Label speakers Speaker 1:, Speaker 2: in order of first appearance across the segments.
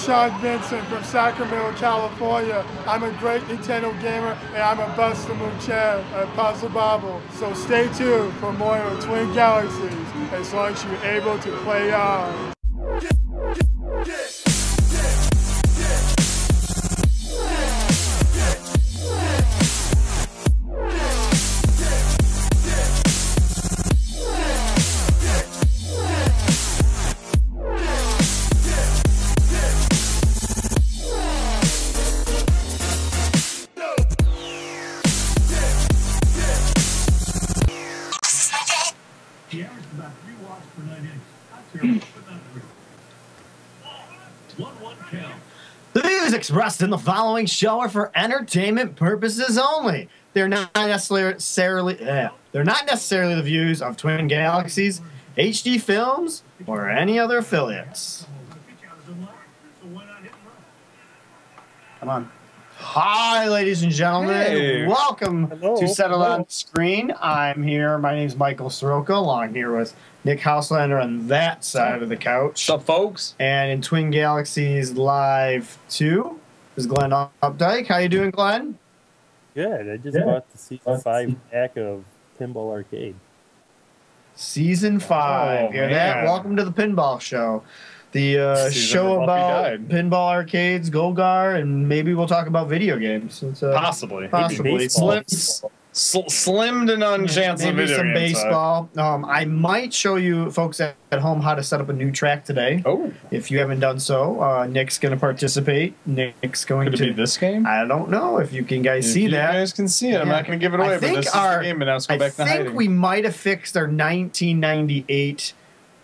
Speaker 1: Sean Benson from Sacramento, California. I'm a great Nintendo gamer and I'm a Buster Move chair at Puzzle Bobble. So stay tuned for more of Twin Galaxies as long as you're able to play on.
Speaker 2: The average is about three watts per nine inches. Not terrible, but not great. One one count.
Speaker 3: The views expressed in the following show are for entertainment purposes only. They're not necessarily eh, they're not necessarily the views of Twin Galaxies, HD Films, or any other affiliates.
Speaker 2: The pitch out is unlocked, so why not hit and run?
Speaker 3: Come on. Hi, ladies and gentlemen.
Speaker 4: Hey.
Speaker 3: Welcome
Speaker 1: Hello.
Speaker 3: to Settle
Speaker 1: Hello.
Speaker 3: on Screen. I'm here. My name's Michael Soroka, along here with Nick Houselander on that side of the couch.
Speaker 4: What's up, folks?
Speaker 3: And in Twin Galaxies Live 2 is Glenn Updike. How you doing, Glenn?
Speaker 5: Good. I just
Speaker 3: Yeah.
Speaker 5: bought the season
Speaker 3: Let's
Speaker 5: five
Speaker 3: see.
Speaker 5: pack of Pinball Arcade.
Speaker 3: Season 5.
Speaker 4: Oh,
Speaker 3: Hear that?
Speaker 4: man.
Speaker 3: Welcome to the Pinball Show. The uh,
Speaker 4: Season
Speaker 3: show
Speaker 4: before we
Speaker 3: about
Speaker 4: died.
Speaker 3: pinball arcades, Golgar, and maybe we'll talk about video games. It's, uh,
Speaker 4: Possibly.
Speaker 3: possibly.
Speaker 5: baseball.
Speaker 3: Slim,
Speaker 4: Sl- slim to none chance of
Speaker 3: maybe
Speaker 4: video
Speaker 3: some
Speaker 4: games, huh?
Speaker 3: baseball. Um, I might show you folks at, at home how to set up a new track today.
Speaker 4: Oh,
Speaker 3: If you haven't done so, uh, Nick's going to participate. Nick's going
Speaker 4: could
Speaker 3: to.
Speaker 4: it be this game?
Speaker 3: I don't know if you can guys
Speaker 4: If
Speaker 3: see
Speaker 4: you
Speaker 3: that.
Speaker 4: guys can see it. I'm
Speaker 3: Yeah.
Speaker 4: not going to give it
Speaker 3: I
Speaker 4: away, but
Speaker 3: think
Speaker 4: this is
Speaker 3: our-
Speaker 4: the game, and now let's go
Speaker 3: I
Speaker 4: back
Speaker 3: think
Speaker 4: to hiding.
Speaker 3: we might have fixed our 1998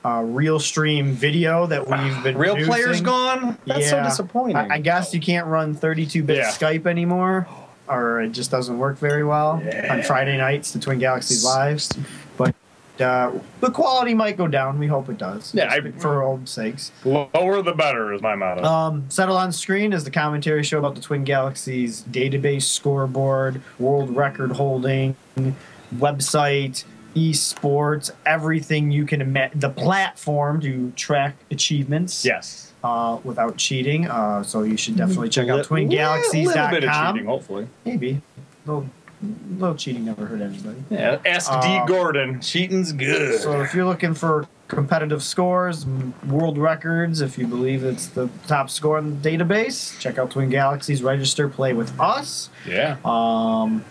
Speaker 3: uh, real stream video that we've been
Speaker 4: Real
Speaker 3: producing.
Speaker 4: players gone? That's
Speaker 3: Yeah.
Speaker 4: so disappointing.
Speaker 3: I, I guess you can't run 32-bit
Speaker 4: Yeah.
Speaker 3: Skype anymore, or it just doesn't work very well
Speaker 4: Yeah.
Speaker 3: on Friday nights, the Twin Galaxies lives. But uh, the quality might go down. We hope it does.
Speaker 4: Yeah,
Speaker 3: just
Speaker 4: I-
Speaker 3: for old sakes.
Speaker 4: Lower the better is my motto.
Speaker 3: Um, Settle on Screen is the commentary show about the Twin Galaxies database, scoreboard, world record holding, website, esports, everything you can imagine, the platform to track achievements
Speaker 4: yes.
Speaker 3: uh, without cheating. Uh, so you should definitely check out
Speaker 4: A little bit of cheating,
Speaker 3: twingalaxies.com.
Speaker 4: hopefully.
Speaker 3: Maybe. Little, little cheating never hurt anybody.
Speaker 4: Yeah. SD
Speaker 3: Um,
Speaker 4: Gordon. Cheating's good.
Speaker 3: So if you're looking for competitive scores, m- world records, if you believe it's the top score in the database, check out Twin Galaxies. Register, play with us.
Speaker 4: yeah.
Speaker 3: Um,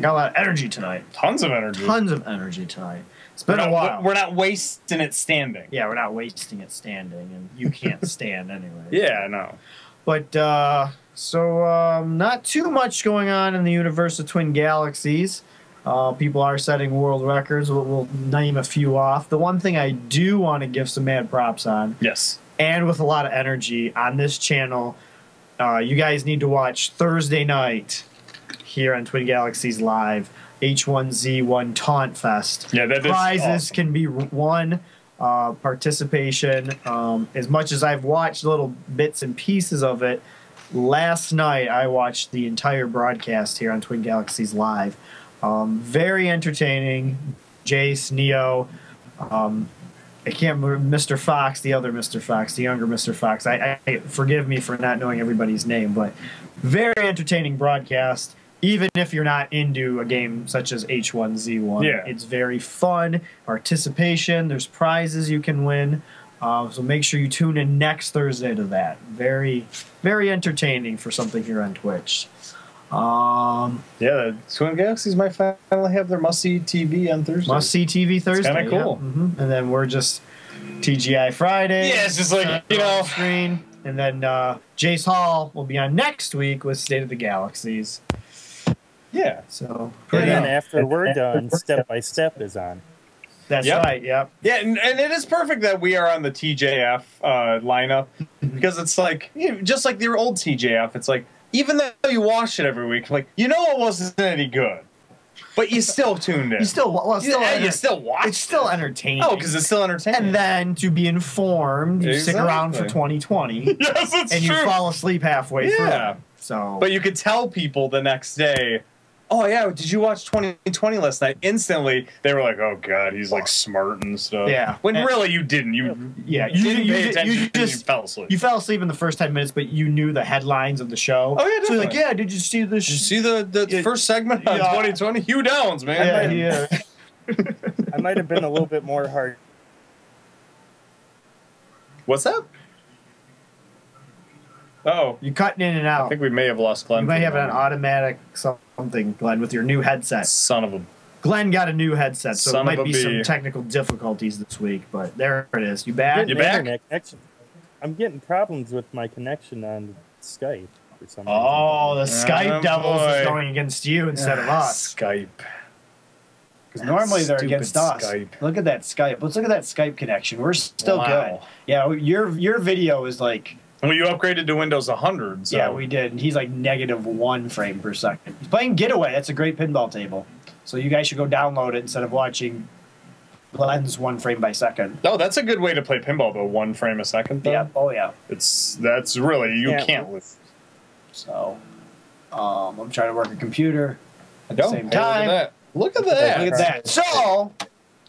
Speaker 3: got a lot of energy tonight.
Speaker 4: Tons of energy.
Speaker 3: Tons of energy tonight. It's
Speaker 4: We're
Speaker 3: been a
Speaker 4: not-
Speaker 3: while.
Speaker 4: We're not wasting it standing.
Speaker 3: yeah, we're not wasting it standing, and you can't stand anyway.
Speaker 4: Yeah, I know.
Speaker 3: But uh, so um, not too much going on in the universe of Twin Galaxies. Uh, people are setting world records. We'll, we'll name a few off. The one thing I do want to give some mad props on,
Speaker 4: Yes.
Speaker 3: and with a lot of energy on this channel, uh, you guys need to watch Thursday night here on Twin Galaxies Live H1Z1 Taunt Fest
Speaker 4: Yeah, that is
Speaker 3: prizes
Speaker 4: awesome.
Speaker 3: can be won uh, participation um, as much as i've watched little bits and pieces of it last night i watched the entire broadcast here on twin galaxies live um, very entertaining jace neo um, i can't remember mr fox the other mr fox the younger mr fox I, I forgive me for not knowing everybody's name but very entertaining broadcast even if you're not into a game such as h1z1
Speaker 4: Yeah.
Speaker 3: it's very fun participation there's prizes you can win uh, so make sure you tune in next thursday to that very very entertaining for something here on twitch um
Speaker 4: Yeah, the Twin Galaxies might finally have their must see TV on Thursday.
Speaker 3: must see tv thursday
Speaker 4: kinda
Speaker 3: yeah.
Speaker 4: cool.
Speaker 3: Mhm. and then we're just tgi friday
Speaker 4: Yeah, it's just like, you
Speaker 3: Settle on
Speaker 4: know.
Speaker 3: screen and then uh, jace hall will be on next week with state of the galaxies
Speaker 4: Yeah.
Speaker 3: so
Speaker 5: And
Speaker 3: pretty
Speaker 5: then after we're done, Step by Step is on.
Speaker 3: that's
Speaker 4: Yep.
Speaker 3: right yep
Speaker 4: Yeah, and, and it is perfect that we are on the TJF uh, lineup because it's like, you know, just like the old TJF, it's like, even though you watch it every week, like, you know it wasn't any good, but you still tuned in.
Speaker 3: you still well,
Speaker 4: you,
Speaker 3: still
Speaker 4: yeah,
Speaker 3: enter-
Speaker 4: you still watch
Speaker 3: it's still entertaining.
Speaker 4: Oh, because it's still entertaining.
Speaker 3: and then to be informed, you stick around for
Speaker 4: Exactly.
Speaker 3: 2020
Speaker 4: yes, it's
Speaker 3: and you
Speaker 4: true.
Speaker 3: fall asleep halfway
Speaker 4: Yeah.
Speaker 3: through. So
Speaker 4: But you could tell people the next day, oh yeah, did you watch 2020 last night? Instantly, they were like, oh god, he's like smart and stuff.
Speaker 3: Yeah.
Speaker 4: When
Speaker 3: And-
Speaker 4: really you didn't. You
Speaker 3: Yeah,
Speaker 4: you
Speaker 3: you-
Speaker 4: didn't
Speaker 3: you
Speaker 4: pay
Speaker 3: ju-
Speaker 4: attention.
Speaker 3: you
Speaker 4: You just
Speaker 3: just-
Speaker 4: fell asleep.
Speaker 3: You fell asleep in the first ten minutes, but you knew the headlines of the show.
Speaker 4: Oh, yeah,
Speaker 3: so you're like,
Speaker 4: definitely.
Speaker 3: yeah, did you see this?
Speaker 4: Did you
Speaker 3: sh-
Speaker 4: see the, the
Speaker 3: Yeah.
Speaker 4: first segment on
Speaker 3: Yeah.
Speaker 4: 2020? Hugh Downs, man.
Speaker 3: yeah, uh, yeah.
Speaker 5: I might have been a little bit more hard.
Speaker 4: What's that? Oh,
Speaker 3: You're cutting in and
Speaker 4: I
Speaker 3: out.
Speaker 4: think we may have lost Glenn.
Speaker 3: You might
Speaker 4: for the
Speaker 3: have an
Speaker 4: moment.
Speaker 3: automatic something, Glenn, with your new headset.
Speaker 4: son of a.
Speaker 3: Glenn got a new headset, so
Speaker 4: Son
Speaker 3: it
Speaker 4: of
Speaker 3: might
Speaker 4: a
Speaker 3: be
Speaker 4: bee.
Speaker 3: some technical difficulties this week. But there it is. You back?
Speaker 5: Getting
Speaker 4: You back?
Speaker 5: internet connection. I'm getting problems with my connection on Skype for some reason.
Speaker 3: Oh, the Skype
Speaker 4: Oh,
Speaker 3: devils is
Speaker 4: boy.
Speaker 3: going against you instead of us.
Speaker 4: Skype.
Speaker 6: Because normally they're
Speaker 4: Stupid
Speaker 6: against us.
Speaker 4: Skype.
Speaker 6: Look at that Skype. Let's look at that Skype connection. We're still
Speaker 4: Wow.
Speaker 6: good. Yeah, your your video is like
Speaker 4: Well, you upgraded to Windows 100. So.
Speaker 6: yeah we did. And he's like negative one frame per second. He's playing Getaway. That's a great pinball table. So you guys should go download it instead of watching Glenn's one frame by second.
Speaker 4: Oh, that's a good way to play pinball, though. One frame a second. Though.
Speaker 6: Yeah. Oh yeah.
Speaker 4: It's that's really you
Speaker 5: Yeah.
Speaker 4: can't lose.
Speaker 6: So um, I'm trying to work a computer at the
Speaker 4: Don't.
Speaker 6: same
Speaker 4: Hey,
Speaker 6: time.
Speaker 4: Look at that. Look at that.
Speaker 6: Look at that. So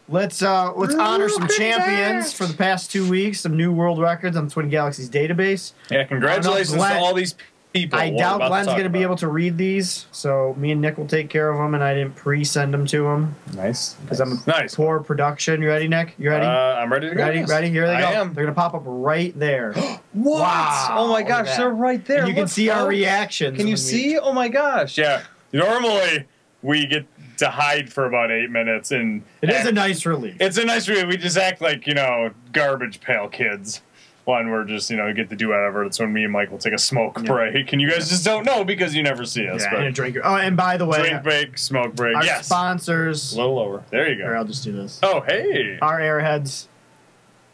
Speaker 3: Let's uh let's honor some
Speaker 4: Look at
Speaker 3: champions
Speaker 4: that.
Speaker 3: for the past two weeks. Some new world records on Twin Galaxies database.
Speaker 4: Yeah, congratulations
Speaker 3: I don't know,
Speaker 4: to
Speaker 3: Glenn-
Speaker 4: all these people.
Speaker 3: I
Speaker 4: We're
Speaker 3: doubt
Speaker 4: about to
Speaker 3: Glenn's
Speaker 4: talk
Speaker 3: going to be able
Speaker 4: about.
Speaker 3: to read these, so me and Nick will take care of them. And I didn't pre-send them to him
Speaker 4: Nice.
Speaker 3: because I'm a
Speaker 4: Nice.
Speaker 3: poor production. You ready, Nick? You
Speaker 4: Uh,
Speaker 3: ready?
Speaker 4: I'm ready to go.
Speaker 3: ready?
Speaker 4: Yes.
Speaker 3: Ready? Here they
Speaker 4: I
Speaker 3: go.
Speaker 4: am.
Speaker 3: They're going to pop up right there.
Speaker 4: What?
Speaker 3: Wow,
Speaker 4: Oh my
Speaker 3: look at
Speaker 4: gosh,
Speaker 3: that.
Speaker 4: they're right there.
Speaker 3: and you can
Speaker 4: Look,
Speaker 3: see our
Speaker 4: folks.
Speaker 3: reactions.
Speaker 4: Can
Speaker 3: when we-
Speaker 4: you see? Oh my gosh. Yeah. Normally we get to hide for about eight minutes, and
Speaker 3: It is a
Speaker 4: act-
Speaker 3: nice relief.
Speaker 4: it's a nice way. We just act like you know garbage pail kids. One, we're just you know get to do whatever. It's when me and Mike will take a smoke
Speaker 3: Yeah.
Speaker 4: break, and you guys just don't know because you never see us.
Speaker 3: yeah, and a
Speaker 4: but
Speaker 3: drink. Oh, and by the way,
Speaker 4: drink break, smoke break.
Speaker 3: our
Speaker 4: yes.
Speaker 3: sponsors.
Speaker 4: little lower. There you
Speaker 3: Here,
Speaker 4: go.
Speaker 3: I'll just do this.
Speaker 4: Oh hey,
Speaker 3: Our airheads.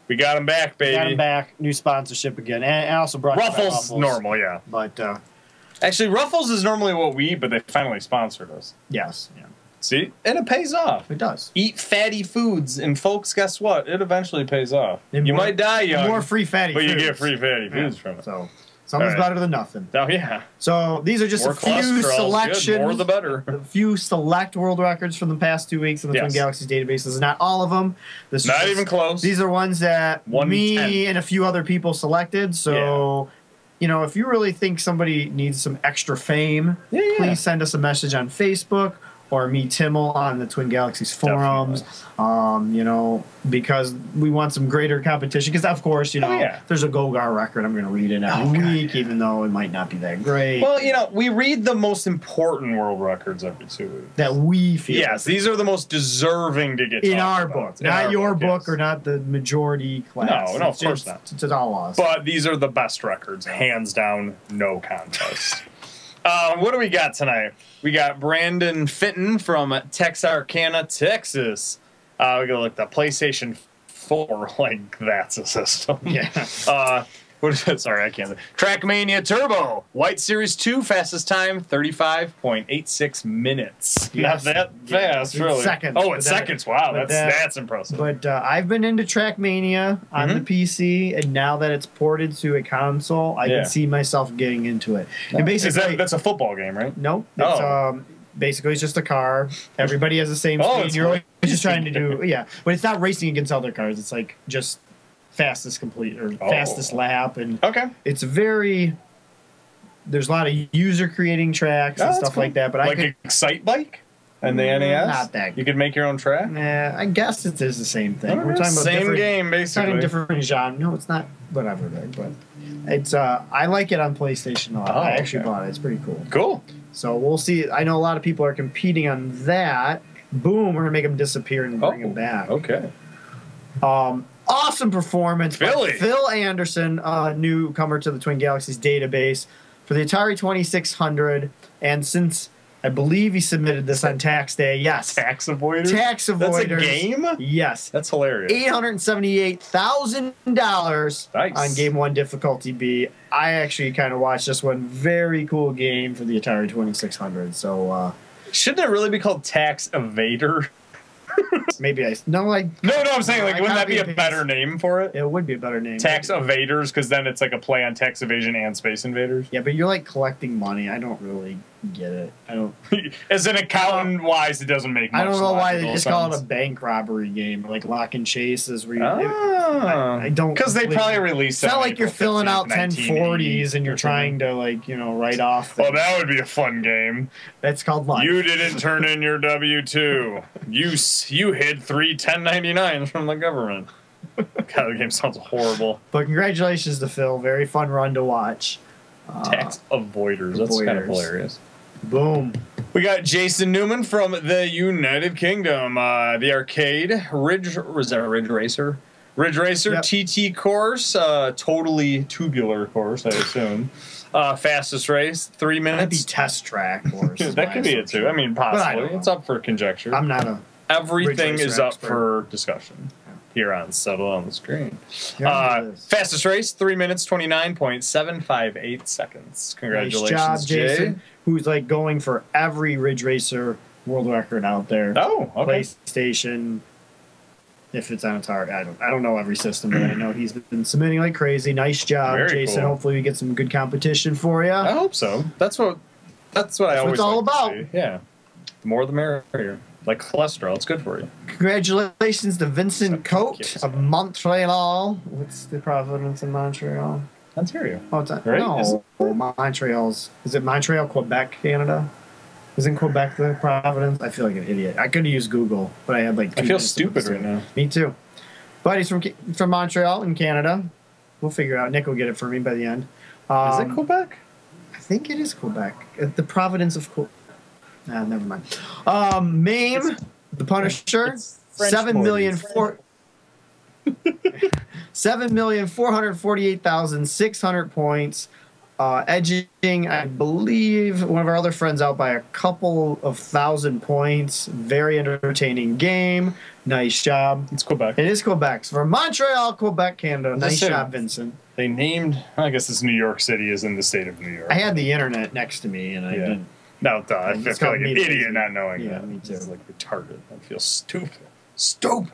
Speaker 4: we got him back, baby.
Speaker 6: got him back. New sponsorship again, and, and also brought back
Speaker 4: Ruffles, normal, yeah.
Speaker 3: But uh,
Speaker 4: Actually, Ruffles is normally what we eat, but they finally sponsored us.
Speaker 3: yes, yeah,
Speaker 4: See, and it pays off.
Speaker 3: it does.
Speaker 4: eat fatty foods, and folks, guess what? It eventually pays off.
Speaker 3: And
Speaker 4: you
Speaker 3: more-
Speaker 4: might die young,
Speaker 3: More free fatty.
Speaker 4: but you
Speaker 3: foods.
Speaker 4: get free fatty foods from it.
Speaker 3: So something's
Speaker 4: All right.
Speaker 3: better than nothing.
Speaker 4: Oh yeah,
Speaker 3: So these are just
Speaker 4: more
Speaker 3: a few
Speaker 4: cholesterol,
Speaker 3: selections.
Speaker 4: good. more the better.
Speaker 3: a few select world records from the past two weeks in the
Speaker 4: Yes.
Speaker 3: Twin Galaxies database. This is not all of them. This is
Speaker 4: Not
Speaker 3: just-
Speaker 4: even close.
Speaker 3: These are ones that
Speaker 4: One
Speaker 3: me
Speaker 4: tenth.
Speaker 3: and a few other people selected. So, you know, if you really think somebody needs some extra fame,
Speaker 4: Yeah, yeah.
Speaker 3: please send us a message on Facebook or me Timmel on the Twin Galaxies forums. Um, you know, because we want some greater competition. Because of course, you know,
Speaker 4: Oh, yeah. Oh,
Speaker 3: there's a Gogar record. I'm going to read it every week, even though it might not be that great.
Speaker 4: well, you know, we read the most important world records every two weeks.
Speaker 3: that we feel
Speaker 4: Yes, these are the most deserving to get
Speaker 3: in
Speaker 4: talked
Speaker 3: our
Speaker 4: about.
Speaker 3: book,
Speaker 4: Oh, In
Speaker 3: not
Speaker 4: our
Speaker 3: your book
Speaker 4: yes.
Speaker 3: or not the majority class.
Speaker 4: No, no, of
Speaker 3: It's-
Speaker 4: course
Speaker 3: it's-
Speaker 4: not.
Speaker 3: It's, all us.
Speaker 4: But these are the best records, hands down, no contest. Uh, what do we got tonight? We got Brandon Fenton from Texarkana, Texas. Uh, we got like the PlayStation 4, like that's a system.
Speaker 3: yeah,
Speaker 4: Uh, what is it? Sorry, I can't. Trackmania Turbo, White Series 2, fastest time, 35.86 minutes.
Speaker 3: Yes.
Speaker 4: Not that fast,
Speaker 3: It's
Speaker 4: really.
Speaker 3: seconds,
Speaker 4: Oh,
Speaker 3: but
Speaker 4: it's
Speaker 3: that-
Speaker 4: seconds. Wow,
Speaker 3: but
Speaker 4: that's
Speaker 3: that-
Speaker 4: that's impressive.
Speaker 3: but uh, I've been into Trackmania on
Speaker 4: Mhm.
Speaker 3: the PC, and now that it's ported to a console, I
Speaker 4: Yeah.
Speaker 3: can see myself getting into it. And
Speaker 4: is
Speaker 3: basically,
Speaker 4: that, that's a football game, right?
Speaker 3: nope. It's,
Speaker 4: Oh.
Speaker 3: um, basically, it's just a car. Everybody has the same
Speaker 4: Oh,
Speaker 3: speed.
Speaker 4: it's
Speaker 3: You're always just trying
Speaker 4: racing.
Speaker 3: to do yeah, but it's not racing against other cars. It's like just fastest complete or
Speaker 4: Oh.
Speaker 3: fastest lap and
Speaker 4: Okay.
Speaker 3: it's very there's a lot of user creating tracks
Speaker 4: Oh,
Speaker 3: and
Speaker 4: that's
Speaker 3: stuff
Speaker 4: cool.
Speaker 3: like that but i
Speaker 4: like
Speaker 3: could,
Speaker 4: Excite Bike and the
Speaker 3: Mm,
Speaker 4: NAS.
Speaker 3: not that-
Speaker 4: You could make your own track.
Speaker 3: nah, Uh, i guess it is the same thing we're
Speaker 4: Alright,
Speaker 3: talking about
Speaker 4: same
Speaker 3: different,
Speaker 4: game
Speaker 3: kind
Speaker 4: basically.
Speaker 3: of different genre no it's not whatever right, but it's uh i like it on playstation a lot
Speaker 4: Oh,
Speaker 3: i actually
Speaker 4: okay.
Speaker 3: bought it it's pretty cool
Speaker 4: Cool.
Speaker 3: so we'll see i know a lot of people are competing on that boom we're gonna make them disappear and bring
Speaker 4: Oh,
Speaker 3: them back
Speaker 4: Okay.
Speaker 3: Um, awesome performance
Speaker 4: Philly.
Speaker 3: by Phil Anderson, uh, newcomer to the Twin Galaxies database for the Atari 2600. And since I believe he submitted this on tax day, yes,
Speaker 4: Tax avoiders.
Speaker 3: tax
Speaker 4: That's a
Speaker 3: avoiders.
Speaker 4: game.
Speaker 3: Yes.
Speaker 4: That's hilarious.
Speaker 3: $878,000
Speaker 4: Nice.
Speaker 3: on game one difficulty B. I actually kind of watched this one. Very cool game for the Atari 2600. So uh,
Speaker 4: Shouldn't it really be called Tax Evader?
Speaker 3: maybe I. No, I.
Speaker 4: No, no, I'm saying like,
Speaker 3: I
Speaker 4: wouldn't that be
Speaker 3: copy
Speaker 4: a
Speaker 3: and paste.
Speaker 4: better name for it?
Speaker 3: It would be a better name.
Speaker 4: Tax Evaders, because then it's like a play on tax evasion and space invaders.
Speaker 3: Yeah, but you're like collecting money. I don't really get it. I don't.
Speaker 4: As an accountant wise, it doesn't make. Much
Speaker 3: I don't know why they
Speaker 4: logical
Speaker 3: just call it a
Speaker 4: sense.
Speaker 3: bank robbery game, like lock and chase is where you.
Speaker 4: Ah.
Speaker 3: I don't
Speaker 4: Because they
Speaker 3: completely-
Speaker 4: probably released.
Speaker 3: It's not
Speaker 4: that on
Speaker 3: like you're
Speaker 4: April
Speaker 3: filling out
Speaker 4: 15th,
Speaker 3: 1040s and you're
Speaker 4: 1980.
Speaker 3: trying to like you know write off.
Speaker 4: Well,
Speaker 3: things.
Speaker 4: that would be a fun game.
Speaker 3: that's called life.
Speaker 4: You didn't turn in your W two. You s- you hid three 1099s from the government. God, the game sounds horrible.
Speaker 3: But congratulations to Phil. Very fun run to watch. Uh,
Speaker 4: Tax avoiders. That's kind of
Speaker 3: Avoiders.
Speaker 4: hilarious.
Speaker 3: Boom.
Speaker 4: We got Jason Newman from the United Kingdom. Uh, the arcade Ridge was that a Ridge Racer? Ridge Racer
Speaker 3: Yep.
Speaker 4: TT course, uh, totally tubular course, I assume. uh, fastest race, three
Speaker 3: That'd be
Speaker 4: minutes.
Speaker 3: test track or
Speaker 4: that could be it too. I mean,
Speaker 3: I
Speaker 4: possibly.
Speaker 3: don't know.
Speaker 4: It's up for conjecture.
Speaker 3: I'm not a.
Speaker 4: Everything
Speaker 3: Ridge
Speaker 4: is
Speaker 3: Racer
Speaker 4: up
Speaker 3: expert.
Speaker 4: for discussion here on Settle on the Screen.
Speaker 3: Yeah, it
Speaker 4: Uh,
Speaker 3: is.
Speaker 4: fastest race, three minutes, 29.758 seconds. Congratulations,
Speaker 3: nice job,
Speaker 4: Jay.
Speaker 3: Jason. Who's like going for every Ridge Racer world record out there.
Speaker 4: Oh, okay.
Speaker 3: PlayStation. If it's on Atari, I don't, I don't know every system, but I know he's been submitting like crazy. Nice job,
Speaker 4: Very
Speaker 3: Jason.
Speaker 4: cool. Oh.
Speaker 3: Hopefully, we get some good competition for you.
Speaker 4: I hope so. That's what that's what I
Speaker 3: That's what
Speaker 4: always
Speaker 3: it's all
Speaker 4: like to
Speaker 3: about.
Speaker 4: see. Yeah. The more the merrier. Like cholesterol, it's good for you.
Speaker 3: Congratulations to Vincent Cote
Speaker 4: Yes.
Speaker 3: of Montreal. What's the province of Montreal?
Speaker 4: Ontario.
Speaker 3: Oh, it's not,
Speaker 4: Right? Is-
Speaker 3: no, Montreal's. Is it Montreal, Quebec, Canada? Isn't Quebec the province? I feel like an idiot. I could have used Google, but I had like. two
Speaker 4: I feel
Speaker 3: minutes to look
Speaker 4: stupid
Speaker 3: this
Speaker 4: right
Speaker 3: up.
Speaker 4: now.
Speaker 3: Me too. But he's from Ca- from Montreal in Canada. We'll figure it out. Nick will get it for me by the end. Um,
Speaker 4: Is it Quebec?
Speaker 3: I think it is Quebec. Uh, The Providence of Quebec. Ah, never mind. Um, Mame, the Punisher,
Speaker 5: it's French
Speaker 3: seven million
Speaker 5: borders.
Speaker 3: four. Seven million four hundred forty-eight thousand six hundred points, uh, edging, I believe, one of our other friends out by a couple of thousand points. Very entertaining game. Nice job.
Speaker 4: It's Quebec.
Speaker 3: It is Quebec. So from Montreal, Quebec, Canada. Nice
Speaker 4: Listen.
Speaker 3: job, Vincent.
Speaker 4: They named I guess it's New York City is in the state of New York.
Speaker 3: I had the internet next to me, and I
Speaker 4: Yeah.
Speaker 3: didn't.
Speaker 4: no, duh, I
Speaker 3: It's
Speaker 4: feel like
Speaker 3: called
Speaker 4: an
Speaker 3: me
Speaker 4: idiot
Speaker 3: lazy.
Speaker 4: not knowing
Speaker 3: Yeah,
Speaker 4: that.
Speaker 3: me too.
Speaker 4: It's like retarded. I feel stupid. Stupid.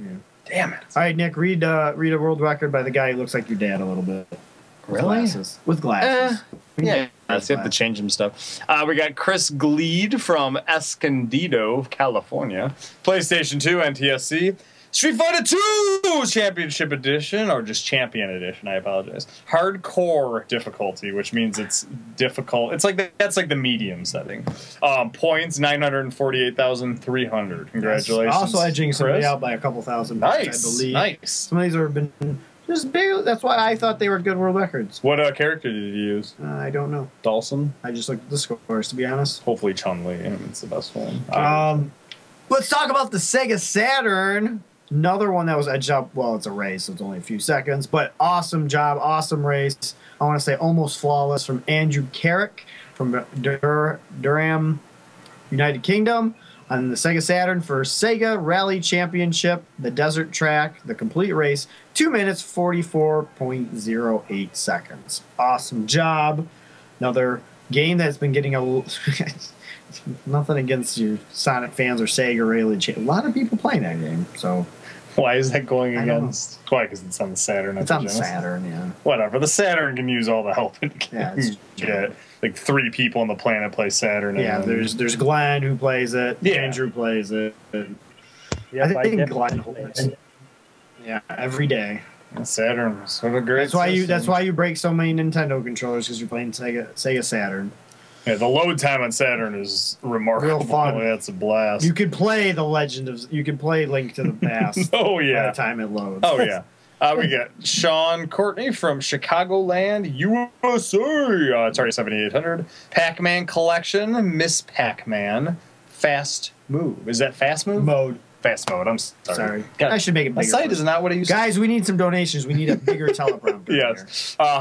Speaker 3: Yeah.
Speaker 4: Damn it.
Speaker 3: All right, Nick, read uh, read a world record by the guy who looks like your dad a little bit. With glasses. With glasses.
Speaker 4: Yeah, you have to change some stuff. Uh, we got Chris Gleed from Escondido, California. PlayStation 2, NTSC. Street Fighter 2 Championship Edition, or just Champion Edition, I apologize. Hardcore difficulty, which means it's difficult. It's like the, that's like the medium setting. Um, points 948,300. Congratulations.
Speaker 3: Also edging somebody
Speaker 4: Chris.
Speaker 3: out by a couple thousand. votes,
Speaker 4: Nice.
Speaker 3: I believe.
Speaker 4: Nice.
Speaker 3: Some of these have been just barely. That's why I thought they were good world records.
Speaker 4: What uh, character did you use?
Speaker 3: Uh, I don't know.
Speaker 4: Dawson?
Speaker 3: I just looked at the scores to be honest.
Speaker 4: Hopefully Chun Li. It's the best one.
Speaker 3: Um, let's talk about the Sega Saturn. Another one that was edged up. Well, it's a race, so it's only a few seconds, but awesome job, awesome race. I want to say almost flawless from Andrew Carrick from Dur- Durham, United Kingdom, on the Sega Saturn for Sega Rally Championship, the desert track, the complete race, two minutes forty-four point zero eight seconds. Awesome job. Another game that's been getting a l- nothing against your Sonic fans or Sega really. Cha- A lot of people playing that game, so
Speaker 4: Why is that going
Speaker 3: I don't know.
Speaker 4: against? Why? Because it's on the Saturn. not
Speaker 3: it's on the
Speaker 4: Genesis.
Speaker 3: Saturn. Yeah,
Speaker 4: Whatever. The Saturn can use all the help it
Speaker 3: Yeah,
Speaker 4: can
Speaker 3: it's
Speaker 4: get. Like three people on the planet play Saturn. and
Speaker 3: yeah.
Speaker 4: then-
Speaker 3: There's there's Glenn who plays it.
Speaker 4: Yeah.
Speaker 3: Andrew plays it. Yeah, I
Speaker 5: Yep,
Speaker 3: think
Speaker 5: definitely
Speaker 3: Glenn
Speaker 5: played
Speaker 3: holds.
Speaker 5: it.
Speaker 3: every day.
Speaker 4: Saturn. was Sort of great.
Speaker 3: That's why you. That's
Speaker 4: system.
Speaker 3: why you break so many Nintendo controllers because you're playing Sega Sega Saturn.
Speaker 4: Yeah, the load time on Saturn is remarkable.
Speaker 3: Real fun.
Speaker 4: That's a blast.
Speaker 3: You could play the Legend of. You could play Link to the Past
Speaker 4: oh
Speaker 3: by
Speaker 4: yeah.
Speaker 3: the time it loads.
Speaker 4: Oh yeah. Uh, we got Sean Courtney from Chicagoland, USA. Uh, Atari 7800. Pac-Man Collection. Miss Pac-Man. Fast Move. Is that Fast Move?
Speaker 3: mode.
Speaker 4: Fast Mode. I'm sorry.
Speaker 3: Sorry,
Speaker 4: God,
Speaker 3: I should make it
Speaker 4: my
Speaker 3: bigger.
Speaker 4: site
Speaker 3: for-
Speaker 4: is not what it used. to be.
Speaker 3: Guys, we need some donations. We need a bigger teleprompter. here.
Speaker 4: Yes. Uh,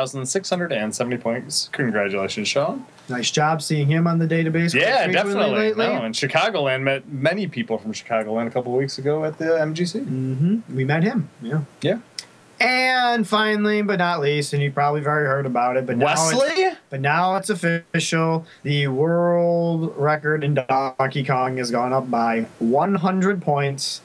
Speaker 4: 158,670 points. Congratulations, Sean.
Speaker 3: Nice job seeing him on the database. quite
Speaker 4: Yeah,
Speaker 3: frequently
Speaker 4: definitely.
Speaker 3: Lately.
Speaker 4: No, and Chicagoland met many people from Chicagoland a couple of weeks ago at the MGC.
Speaker 3: hmm We met him. Yeah.
Speaker 4: Yeah.
Speaker 3: And finally, but not least, and you probably have already heard about it, but now it's,
Speaker 4: Wesley?
Speaker 3: but now it's official. The world record in Donkey Kong has gone up by 100 points.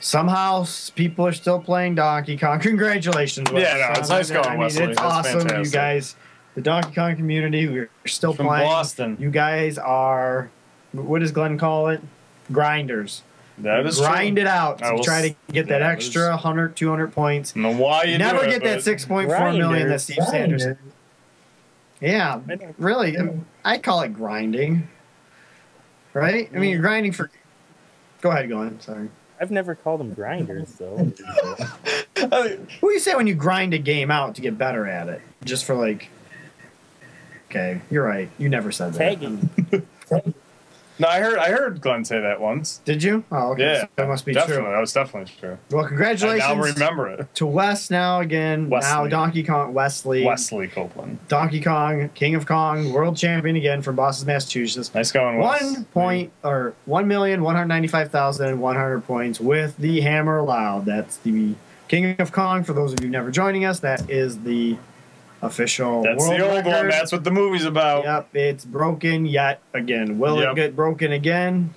Speaker 3: Somehow, s- people are still playing Donkey Kong. Congratulations! Wes.
Speaker 4: Yeah, no, it's
Speaker 3: I
Speaker 4: nice
Speaker 3: mean,
Speaker 4: going,
Speaker 3: I mean,
Speaker 4: Wesley.
Speaker 3: It's
Speaker 4: That's
Speaker 3: awesome, you
Speaker 4: fantastic.
Speaker 3: guys. the Donkey Kong community. We're still
Speaker 4: From
Speaker 3: playing.
Speaker 4: Boston.
Speaker 3: You guys are, what does Glenn call it? Grinders.
Speaker 4: That is
Speaker 3: Grind
Speaker 4: true.
Speaker 3: it out.
Speaker 4: I
Speaker 3: To
Speaker 4: will
Speaker 3: try to
Speaker 4: s-
Speaker 3: get that
Speaker 4: that
Speaker 3: extra
Speaker 4: is-
Speaker 3: 100, 200 points.
Speaker 4: I don't know why you
Speaker 3: Never
Speaker 4: do it,
Speaker 3: get that
Speaker 4: but-
Speaker 3: 6.4 million that Steve Sanders. Yeah,
Speaker 5: I know.
Speaker 3: really. I mean, I call it grinding. Right? I mean, you're grinding for. Go ahead, go on. Sorry.
Speaker 5: I've never called them grinders though.
Speaker 3: What do you say when you grind a game out to get better at it? Just for like. Okay, you're right. You never said that.
Speaker 5: Tagging.
Speaker 4: No, I heard I heard Glenn say that once.
Speaker 3: Did you? Oh, okay.
Speaker 4: Yeah,
Speaker 3: so that must be
Speaker 4: definitely.
Speaker 3: true.
Speaker 4: That was definitely true.
Speaker 3: Well,
Speaker 4: I now
Speaker 3: congratulations
Speaker 4: remember it.
Speaker 3: to Wes now again. Now
Speaker 4: Wesley.
Speaker 3: Donkey Kong, Wesley,
Speaker 4: Wesley Copeland.
Speaker 3: Donkey Kong, King of Kong, world champion again from Boston, Massachusetts.
Speaker 4: Nice going, Wes.
Speaker 3: One point or one million one hundred ninety-five thousand one hundred points with the hammer loud. That's the King of Kong. For those of you never joining us, that is the official.
Speaker 4: That's
Speaker 3: world
Speaker 4: the old one.
Speaker 3: record.
Speaker 4: That's what the movie's about.
Speaker 3: Yep, it's broken yet again. Will
Speaker 4: Yep.
Speaker 3: it get broken again?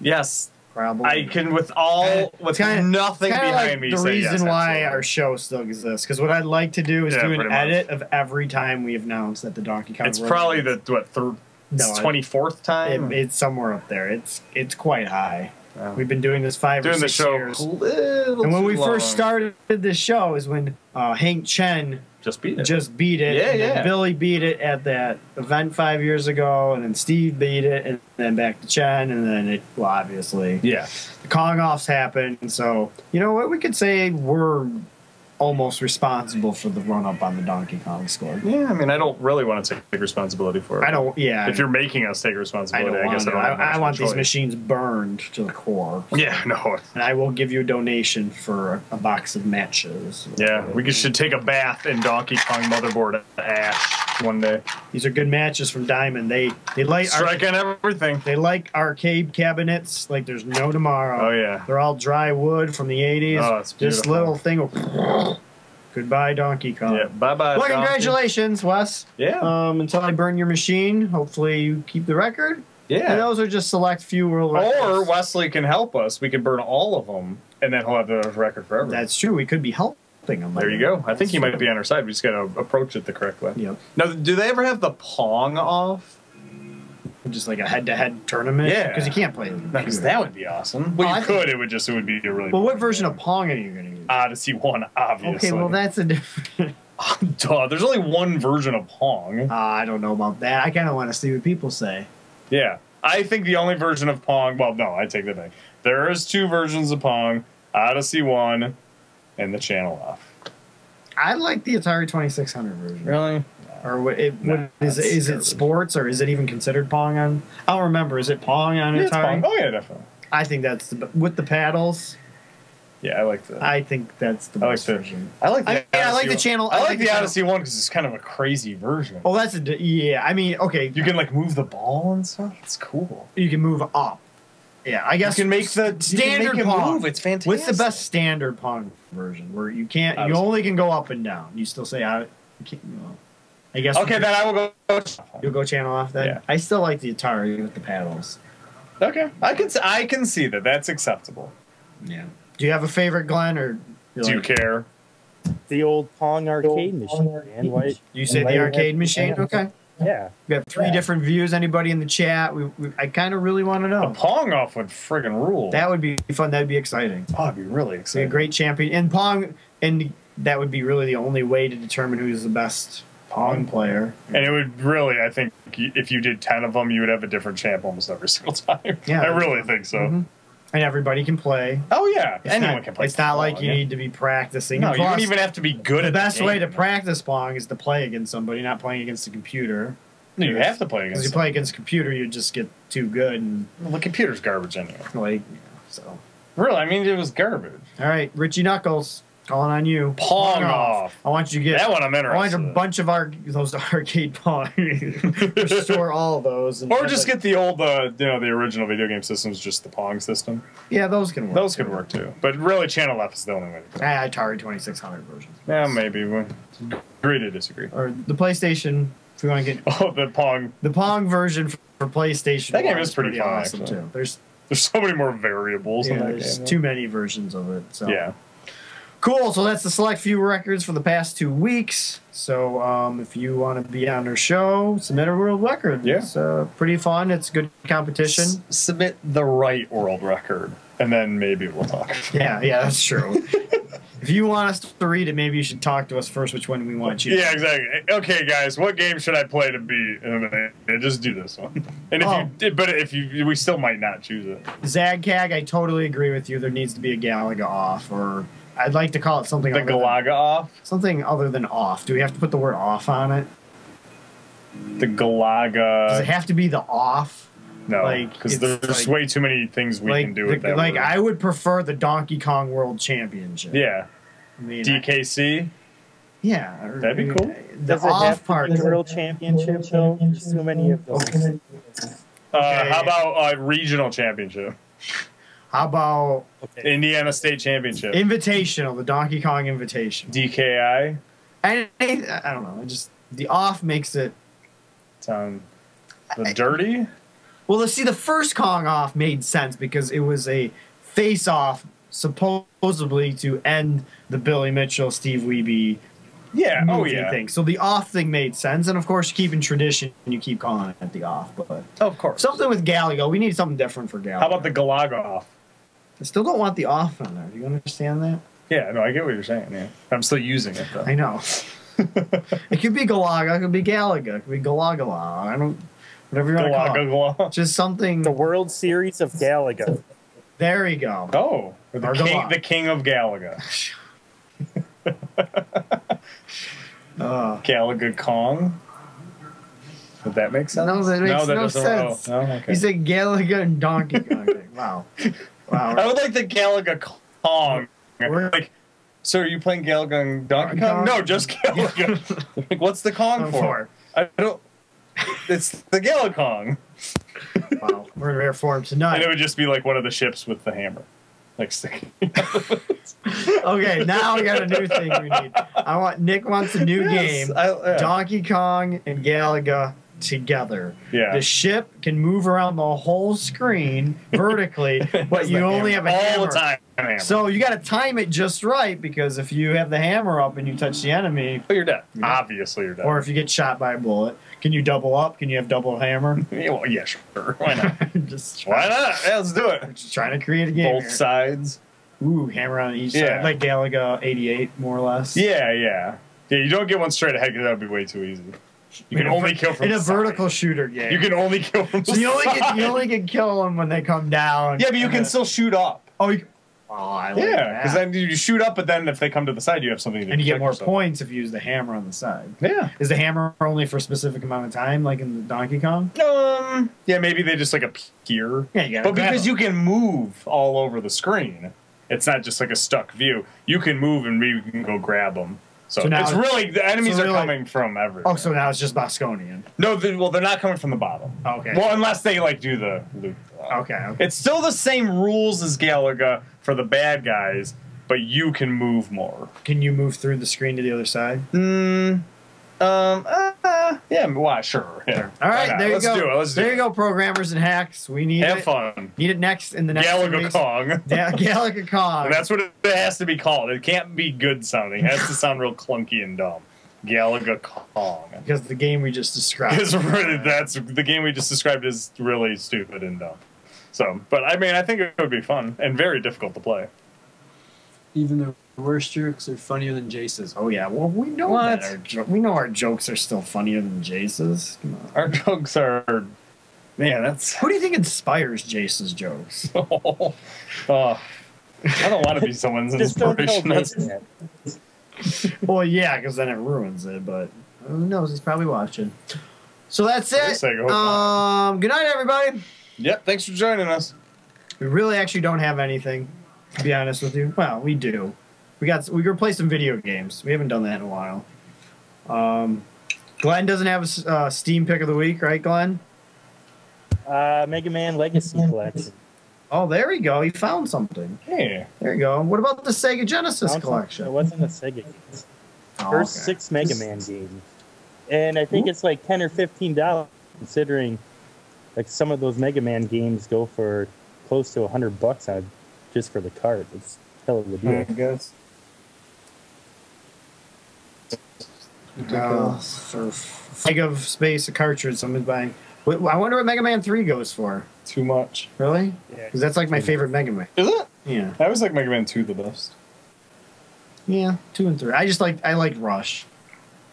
Speaker 4: Yes,
Speaker 3: Probably.
Speaker 4: I can with all with
Speaker 3: kinda-
Speaker 4: nothing
Speaker 3: Kinda
Speaker 4: behind
Speaker 3: like
Speaker 4: me.
Speaker 3: the
Speaker 4: say
Speaker 3: reason
Speaker 4: yes,
Speaker 3: why
Speaker 4: absolutely.
Speaker 3: our show still exists. Because what I'd like to do is
Speaker 4: Yeah,
Speaker 3: do an
Speaker 4: pretty much.
Speaker 3: edit of every time we announce that the Donkey Kong.
Speaker 4: it's
Speaker 3: World
Speaker 4: probably
Speaker 3: Record-
Speaker 4: the what thir-
Speaker 3: No, I-
Speaker 4: twenty fourth time
Speaker 3: It, it's somewhere up there. It's it's quite high.
Speaker 4: Yeah.
Speaker 3: We've been doing this five or
Speaker 4: doing the
Speaker 3: six
Speaker 4: show.
Speaker 3: years.
Speaker 4: a little
Speaker 3: And when
Speaker 4: too
Speaker 3: we first
Speaker 4: long.
Speaker 3: started this show is when uh, Hank Chen
Speaker 4: just beat it.
Speaker 3: just beat it.
Speaker 4: Yeah,
Speaker 3: and then
Speaker 4: yeah.
Speaker 3: Billy beat it at that event five years ago, and then Steve beat it, and then back to Chen, and then it well, obviously
Speaker 4: yeah,
Speaker 3: the Kong offs happened. So you know what we could say we're almost responsible for the run up on the Donkey Kong score.
Speaker 4: yeah. I mean, I don't really want to take responsibility for it.
Speaker 3: I don't. Yeah.
Speaker 4: If you're making us
Speaker 3: I
Speaker 4: take
Speaker 3: don't
Speaker 4: responsibility, I,
Speaker 3: want,
Speaker 4: guess
Speaker 3: it.
Speaker 4: I don't. have
Speaker 3: I, I
Speaker 4: much
Speaker 3: want these
Speaker 4: choice.
Speaker 3: machines burned to the core.
Speaker 4: Yeah, no.
Speaker 3: and I will give you a donation for a box of matches.
Speaker 4: Yeah, we could- should take a bath in Donkey Kong motherboard ash one day.
Speaker 3: These are good matches from Diamond. They they like ar-
Speaker 4: Strike on everything.
Speaker 3: they like arcade cabinets like there's no tomorrow.
Speaker 4: Oh yeah.
Speaker 3: They're all dry wood from the 80s.
Speaker 4: Oh, it's
Speaker 3: this
Speaker 4: beautiful.
Speaker 3: little thing will goodbye Donkey Kong.
Speaker 4: Yeah. Bye bye.
Speaker 3: Oh. Well, congratulations, Wes.
Speaker 4: Yeah.
Speaker 3: Um, until I burn your machine, hopefully you keep the record.
Speaker 4: yeah.
Speaker 3: And those are just select few world records.
Speaker 4: Or Wesley can help us. We can burn all of them, and then he'll have the record forever.
Speaker 3: That's true. We could be helping them.
Speaker 4: there you go. I think he might be on our side. We just got to approach it the correct way.
Speaker 3: Yep.
Speaker 4: Now, do they ever have the Pong off?
Speaker 3: Just like a head-to-head tournament.
Speaker 4: Yeah.
Speaker 3: Because you can't play. on the
Speaker 4: Because
Speaker 3: computer.
Speaker 4: that would be awesome. Well,
Speaker 3: Oh, I
Speaker 4: you
Speaker 3: think-
Speaker 4: could. It would just. It would be a really.
Speaker 3: Well, what version of Pong are you going to use?
Speaker 4: Odyssey One? Obviously.
Speaker 3: okay, well, that's a different.
Speaker 4: Duh, there's only one version of Pong.
Speaker 3: Uh, I don't know about that. I kind of want to see what people say.
Speaker 4: Yeah. I think the only version of Pong. Well, no, I take that back. There is two versions of Pong: Odyssey One, and the Channel Off.
Speaker 3: I like the Atari 2600 version.
Speaker 4: Really?
Speaker 3: Or what, it,
Speaker 4: Nah,
Speaker 3: what is it,
Speaker 4: that's
Speaker 3: is it
Speaker 4: garbage.
Speaker 3: sports or is it even considered Pong on? I don't remember. Is it Pong on
Speaker 4: Yeah, it's
Speaker 3: Atari?
Speaker 4: Pong. Oh yeah, definitely.
Speaker 3: I think that's the, with the paddles.
Speaker 4: Yeah, I like that.
Speaker 3: I think that's the
Speaker 4: I like
Speaker 3: best
Speaker 4: the-
Speaker 3: version.
Speaker 4: I like
Speaker 3: I mean, I
Speaker 4: Odyssey
Speaker 3: like the
Speaker 4: one.
Speaker 3: channel-
Speaker 4: I,
Speaker 3: I
Speaker 4: like,
Speaker 3: like the
Speaker 4: the,
Speaker 3: channel-
Speaker 4: Odyssey one because it's kind of a crazy version.
Speaker 3: Oh, that's a d- yeah. I mean, okay,
Speaker 4: You can like move the ball and stuff. It's cool.
Speaker 3: you can move up. Yeah, I guess
Speaker 4: You can make the
Speaker 3: standard
Speaker 4: you can make it
Speaker 3: Pong.
Speaker 4: move. It's fantastic.
Speaker 3: What's the best standard Pong version where you can't?
Speaker 4: I
Speaker 3: You
Speaker 4: was-
Speaker 3: only can go up and down. You still say I. you can't- well, I guess.
Speaker 4: Okay,
Speaker 3: you-
Speaker 4: then I will go.
Speaker 3: You'll go channel off then.
Speaker 4: Yeah.
Speaker 3: I still like the Atari with the paddles.
Speaker 4: Okay, I can s- I can see that. That's acceptable.
Speaker 3: Yeah. Do you have a favorite, Glenn, or you
Speaker 4: Do you
Speaker 3: like-
Speaker 4: care?
Speaker 5: The old Pong arcade machine, man. Why?
Speaker 3: you say the
Speaker 5: Anybody
Speaker 3: arcade
Speaker 5: have-
Speaker 3: machine?
Speaker 5: yeah.
Speaker 3: Okay.
Speaker 5: Yeah.
Speaker 3: We have three
Speaker 5: Yeah.
Speaker 3: different views. Anybody in the chat? We, we I kind of really want to
Speaker 4: The
Speaker 3: know.
Speaker 4: Pong off would friggin' rule.
Speaker 3: That would be fun. That'd be exciting.
Speaker 4: oh, would be really
Speaker 3: It's a
Speaker 4: exciting.
Speaker 3: great champion and Pong, and that would be really the only way to determine who's the best Pong player.
Speaker 4: And it would really, I think, y- if you did ten of them, you would have a different champ almost every single time.
Speaker 3: Yeah.
Speaker 4: I really think so.
Speaker 3: Mhm. And everybody can play.
Speaker 4: Oh yeah,
Speaker 3: It's
Speaker 4: anyone
Speaker 3: not,
Speaker 4: can play.
Speaker 3: It's not like
Speaker 4: Pong,
Speaker 3: you
Speaker 4: yeah.
Speaker 3: need to be practicing.
Speaker 4: No,
Speaker 3: And
Speaker 4: you don't
Speaker 3: plus,
Speaker 4: even have to be good
Speaker 3: the
Speaker 4: at
Speaker 3: best way to
Speaker 4: game.
Speaker 3: practice Pong is to play against somebody, not playing against the computer.
Speaker 4: No, you have to play
Speaker 3: Because
Speaker 4: against.
Speaker 3: you
Speaker 4: them.
Speaker 3: play against the computer, you just get too good and
Speaker 4: Well, the computer's garbage anyway.
Speaker 3: like you know, so.
Speaker 4: Really, I mean, it was garbage.
Speaker 3: All right, Richie Knuckles, calling on you.
Speaker 4: Pong off.
Speaker 3: I want you to get.
Speaker 4: That one I'm
Speaker 3: I want
Speaker 4: interested.
Speaker 3: a
Speaker 4: in.
Speaker 3: bunch of our those arcade Pong. Restore all of those. and
Speaker 4: or
Speaker 3: have
Speaker 4: just
Speaker 3: it-
Speaker 4: get the old, uh, you know, the original video game systems, just the Pong system.
Speaker 3: yeah, those can work.
Speaker 4: Those could work too. But really, Channel F is the only way to go.
Speaker 3: Ah, Atari 2600 version.
Speaker 4: Yeah, maybe. we Agree to disagree.
Speaker 3: Or the PlayStation. If we want to get
Speaker 4: Oh, the Pong.
Speaker 3: the Pong version for PlayStation.
Speaker 4: That game
Speaker 3: 1
Speaker 4: is pretty fun,
Speaker 3: awesome
Speaker 4: actually.
Speaker 3: too. There's
Speaker 4: There's so many more variables.
Speaker 3: yeah,
Speaker 4: in that
Speaker 3: there's
Speaker 4: game.
Speaker 3: too many versions of it. So
Speaker 4: Yeah.
Speaker 3: Cool. So that's the select few records for the past two weeks. So um, if you want to be on our show, submit a world record.
Speaker 4: Yeah.
Speaker 3: It's uh, pretty fun. It's good
Speaker 4: S-
Speaker 3: competition.
Speaker 4: submit the right world record, and then maybe we'll talk.
Speaker 3: Yeah, yeah, that's true. if you want us to read it, maybe you should talk to us first which one we want you.
Speaker 4: Yeah, exactly. Okay, guys, what game should I play to beat? And then I- I just do this one. And if
Speaker 3: Oh.
Speaker 4: you did, but if you, we still might not choose it.
Speaker 3: Zagcag, I totally agree with you. There needs to be a Galaga off, or I'd like to call it something
Speaker 4: The
Speaker 3: other than-
Speaker 4: Galaga off,
Speaker 3: something other than off. Do we have to put the word off on it?
Speaker 4: the
Speaker 3: Does it
Speaker 4: Galaga.
Speaker 3: have to be the off?
Speaker 4: No,
Speaker 3: like, it's
Speaker 4: because there's
Speaker 3: like-
Speaker 4: way too many things we
Speaker 3: like
Speaker 4: can do
Speaker 3: the-
Speaker 4: with that.
Speaker 3: like
Speaker 4: word.
Speaker 3: I would prefer the Donkey Kong World Championship.
Speaker 4: yeah,
Speaker 3: I mean, I-
Speaker 4: DKC.
Speaker 3: yeah, or-
Speaker 4: That'd
Speaker 3: I
Speaker 4: be
Speaker 3: mean,
Speaker 4: cool.
Speaker 3: The
Speaker 5: Does it
Speaker 3: off
Speaker 5: have
Speaker 3: part.
Speaker 5: part the world championship though? There's so many of those.
Speaker 4: Uh,
Speaker 3: Okay.
Speaker 4: how about uh, regional championship?
Speaker 3: How about
Speaker 5: Okay.
Speaker 4: Indiana State Championship.
Speaker 3: Invitational? The Donkey Kong Invitation.
Speaker 4: DKI.
Speaker 3: I, I, I don't know. I just the off makes it.
Speaker 4: Sound the dirty.
Speaker 3: Well, let's see. The first Kong off made sense because it was a face off, supposedly to end the Billy Mitchell, Steve Weeby
Speaker 4: Yeah. Oh
Speaker 3: movie
Speaker 4: yeah.
Speaker 3: thing. So the off thing made sense, and of course, keeping tradition, you keep calling it the off. But
Speaker 4: Of course.
Speaker 3: something with Galago, we need something different for Galago.
Speaker 4: How about the Galaga off?
Speaker 3: I still don't want the off on there. Do you understand that?
Speaker 4: Yeah. No, I get what you're saying. Yeah. I'm still using it though.
Speaker 3: I know. it could be Galaga. It could be Galaga. It could be Galagala. I don't. Whatever you want to call it.
Speaker 4: Galaga Galaga.
Speaker 3: Just something.
Speaker 5: The World Series of Galaga.
Speaker 3: There you go.
Speaker 4: Oh, the
Speaker 3: Or
Speaker 4: king,
Speaker 3: Galaga.
Speaker 4: the king of Galaga.
Speaker 3: Ugh.
Speaker 4: Galaga Kong. Would that make sense?
Speaker 3: No, that makes no
Speaker 4: doesn't-
Speaker 3: sense.
Speaker 4: oh, no, okay.
Speaker 3: He said Galaga and Donkey Kong. wow.
Speaker 4: I
Speaker 3: Wow.
Speaker 4: would like the Galaga Kong.
Speaker 3: We're-
Speaker 4: Like, so are you playing Galaga and Donkey
Speaker 3: Donkey
Speaker 4: Kong?
Speaker 3: Kong?
Speaker 4: No, just Galaga. like, what's the Kong
Speaker 3: Kong
Speaker 4: for? I don't. It's the Galaga Kong.
Speaker 3: Wow. We're in rare form
Speaker 4: And it
Speaker 3: tonight.
Speaker 4: would just be like one of the ships with the hammer, like sticking.
Speaker 3: Okay, now we got a new thing we need. I want Nick wants a new
Speaker 4: Yes,
Speaker 3: game.
Speaker 4: I- yeah.
Speaker 3: Donkey Kong and Galaga together.
Speaker 4: Yeah.
Speaker 3: The ship can move around the whole screen vertically, but you only have a
Speaker 4: all
Speaker 3: hammer.
Speaker 4: the time. hammer.
Speaker 3: So you got to time it just right because if you have the hammer up and you touch the enemy,
Speaker 4: but you're dead.
Speaker 3: Yeah.
Speaker 4: Obviously, you're dead.
Speaker 3: or if you get shot by a bullet, can you double up? Can you have double hammer?
Speaker 4: yeah, well, yeah, sure. Why not?
Speaker 3: just
Speaker 4: Why
Speaker 3: trying,
Speaker 4: not? Yeah, let's do it.
Speaker 3: just trying to create a game.
Speaker 4: Both
Speaker 3: here.
Speaker 4: sides.
Speaker 3: Ooh, hammer on each
Speaker 4: Yeah.
Speaker 3: side, like Galaga '88, more or less.
Speaker 4: Yeah, yeah. Yeah, you don't get one straight ahead because that would be way too easy. You
Speaker 3: In
Speaker 4: can
Speaker 3: a
Speaker 4: only
Speaker 3: ver-
Speaker 4: kill from
Speaker 3: in
Speaker 4: the
Speaker 3: a
Speaker 4: side.
Speaker 3: vertical shooter game.
Speaker 4: You can only kill from
Speaker 3: so
Speaker 4: the
Speaker 3: you only
Speaker 4: side.
Speaker 3: can you only can kill them when they come down.
Speaker 4: Yeah, but you
Speaker 3: And
Speaker 4: can
Speaker 3: then-
Speaker 4: still shoot up.
Speaker 3: Oh, you, oh I like
Speaker 4: Yeah, because
Speaker 3: that.
Speaker 4: then you shoot up, but then if they come to the side, you have something to
Speaker 3: and you get
Speaker 4: protect
Speaker 3: more
Speaker 4: yourself.
Speaker 3: points if you use the hammer on the side.
Speaker 4: Yeah.
Speaker 3: Is the hammer only for a specific amount of time, like in the Donkey Kong?
Speaker 4: Um. Yeah, maybe they just like appear.
Speaker 3: Yeah, you gotta
Speaker 4: But
Speaker 3: grab
Speaker 4: because
Speaker 3: them.
Speaker 4: you can move all over the screen, it's not just like a stuck view. You can move and maybe you can go grab them. So,
Speaker 3: So now
Speaker 4: it's
Speaker 3: it's-
Speaker 4: really the enemies
Speaker 3: so
Speaker 4: are
Speaker 3: really-
Speaker 4: coming from everywhere.
Speaker 3: Oh, so now it's just Bosconian.
Speaker 4: no, they, well they're not coming from the bottom.
Speaker 3: Okay.
Speaker 4: Well, unless they like do the loop.
Speaker 3: okay. okay.
Speaker 4: It's still the same rules as Galaga for the bad guys, but you can move more.
Speaker 3: Can you move through the screen to the other side?
Speaker 4: Mm, um. Uh, yeah. Why? Sure. Yeah.
Speaker 3: All
Speaker 4: Why
Speaker 3: right,
Speaker 4: not?
Speaker 3: there you
Speaker 4: Let's
Speaker 3: go.
Speaker 4: do it. Let's do
Speaker 3: there
Speaker 4: it.
Speaker 3: you go, programmers and hacks. We need
Speaker 4: Have
Speaker 3: it.
Speaker 4: fun.
Speaker 3: Need it next in the next. two
Speaker 4: Galaga
Speaker 3: weeks.
Speaker 4: Kong.
Speaker 3: Yeah, Galaga Kong.
Speaker 4: And that's what it has to be called. It can't be good sounding. It has to sound real clunky and dumb. Galaga Kong.
Speaker 3: because the game we just described.
Speaker 4: Is really, that's the game we just described is really stupid and dumb. So, but I mean, I think it would be fun and very difficult to play.
Speaker 6: Even the worst jokes are funnier than Jace's.
Speaker 3: Oh yeah, well we know
Speaker 4: What?
Speaker 3: that our jo- we know our jokes are still funnier than Jace's. Come on.
Speaker 4: Our jokes are, man, that's.
Speaker 3: Who do you think inspires Jace's jokes?
Speaker 4: Oh, I don't want to be someone's
Speaker 5: Just don't tell
Speaker 4: inspiration.
Speaker 5: me
Speaker 4: That's-
Speaker 5: that.
Speaker 3: well, yeah, because then it ruins it. But who knows? He's probably watching. So that's
Speaker 4: For his
Speaker 3: it.
Speaker 4: sake, I hope not.
Speaker 3: Um, good night, everybody.
Speaker 4: Yep. Thanks for joining us.
Speaker 3: We really actually don't have anything, to be honest with you. Well, we do. We got we could play some video games. We haven't done that in a while. Um, Glenn doesn't have a s- uh, Steam pick of the week, right, Glenn?
Speaker 5: Uh, Mega Man Legacy Collection.
Speaker 3: Oh, there we go. He found something.
Speaker 4: Hey.
Speaker 3: There you go. What about the Sega Genesis
Speaker 5: Sounds like It
Speaker 3: collection?
Speaker 5: wasn't a Sega game.
Speaker 3: Oh,
Speaker 5: First
Speaker 3: okay.
Speaker 5: six Mega Man games. And I think it's like ten or fifteen dollars considering like some of those Mega Man games go for
Speaker 4: Hmm.
Speaker 5: close to hundred bucks on just for the cart. It's hell of a deal.
Speaker 4: guess.
Speaker 3: Uh, for flag of space, a cartridge someone's buying. Wait, I wonder what Mega Man 3 goes for.
Speaker 4: Too much.
Speaker 3: Really?
Speaker 5: Yeah.
Speaker 3: Because that's like my favorite Mega Man.
Speaker 4: Is it?
Speaker 3: Yeah.
Speaker 4: I always like Mega Man 2 the best.
Speaker 3: Yeah, 2 and 3. I just like, I like Rush.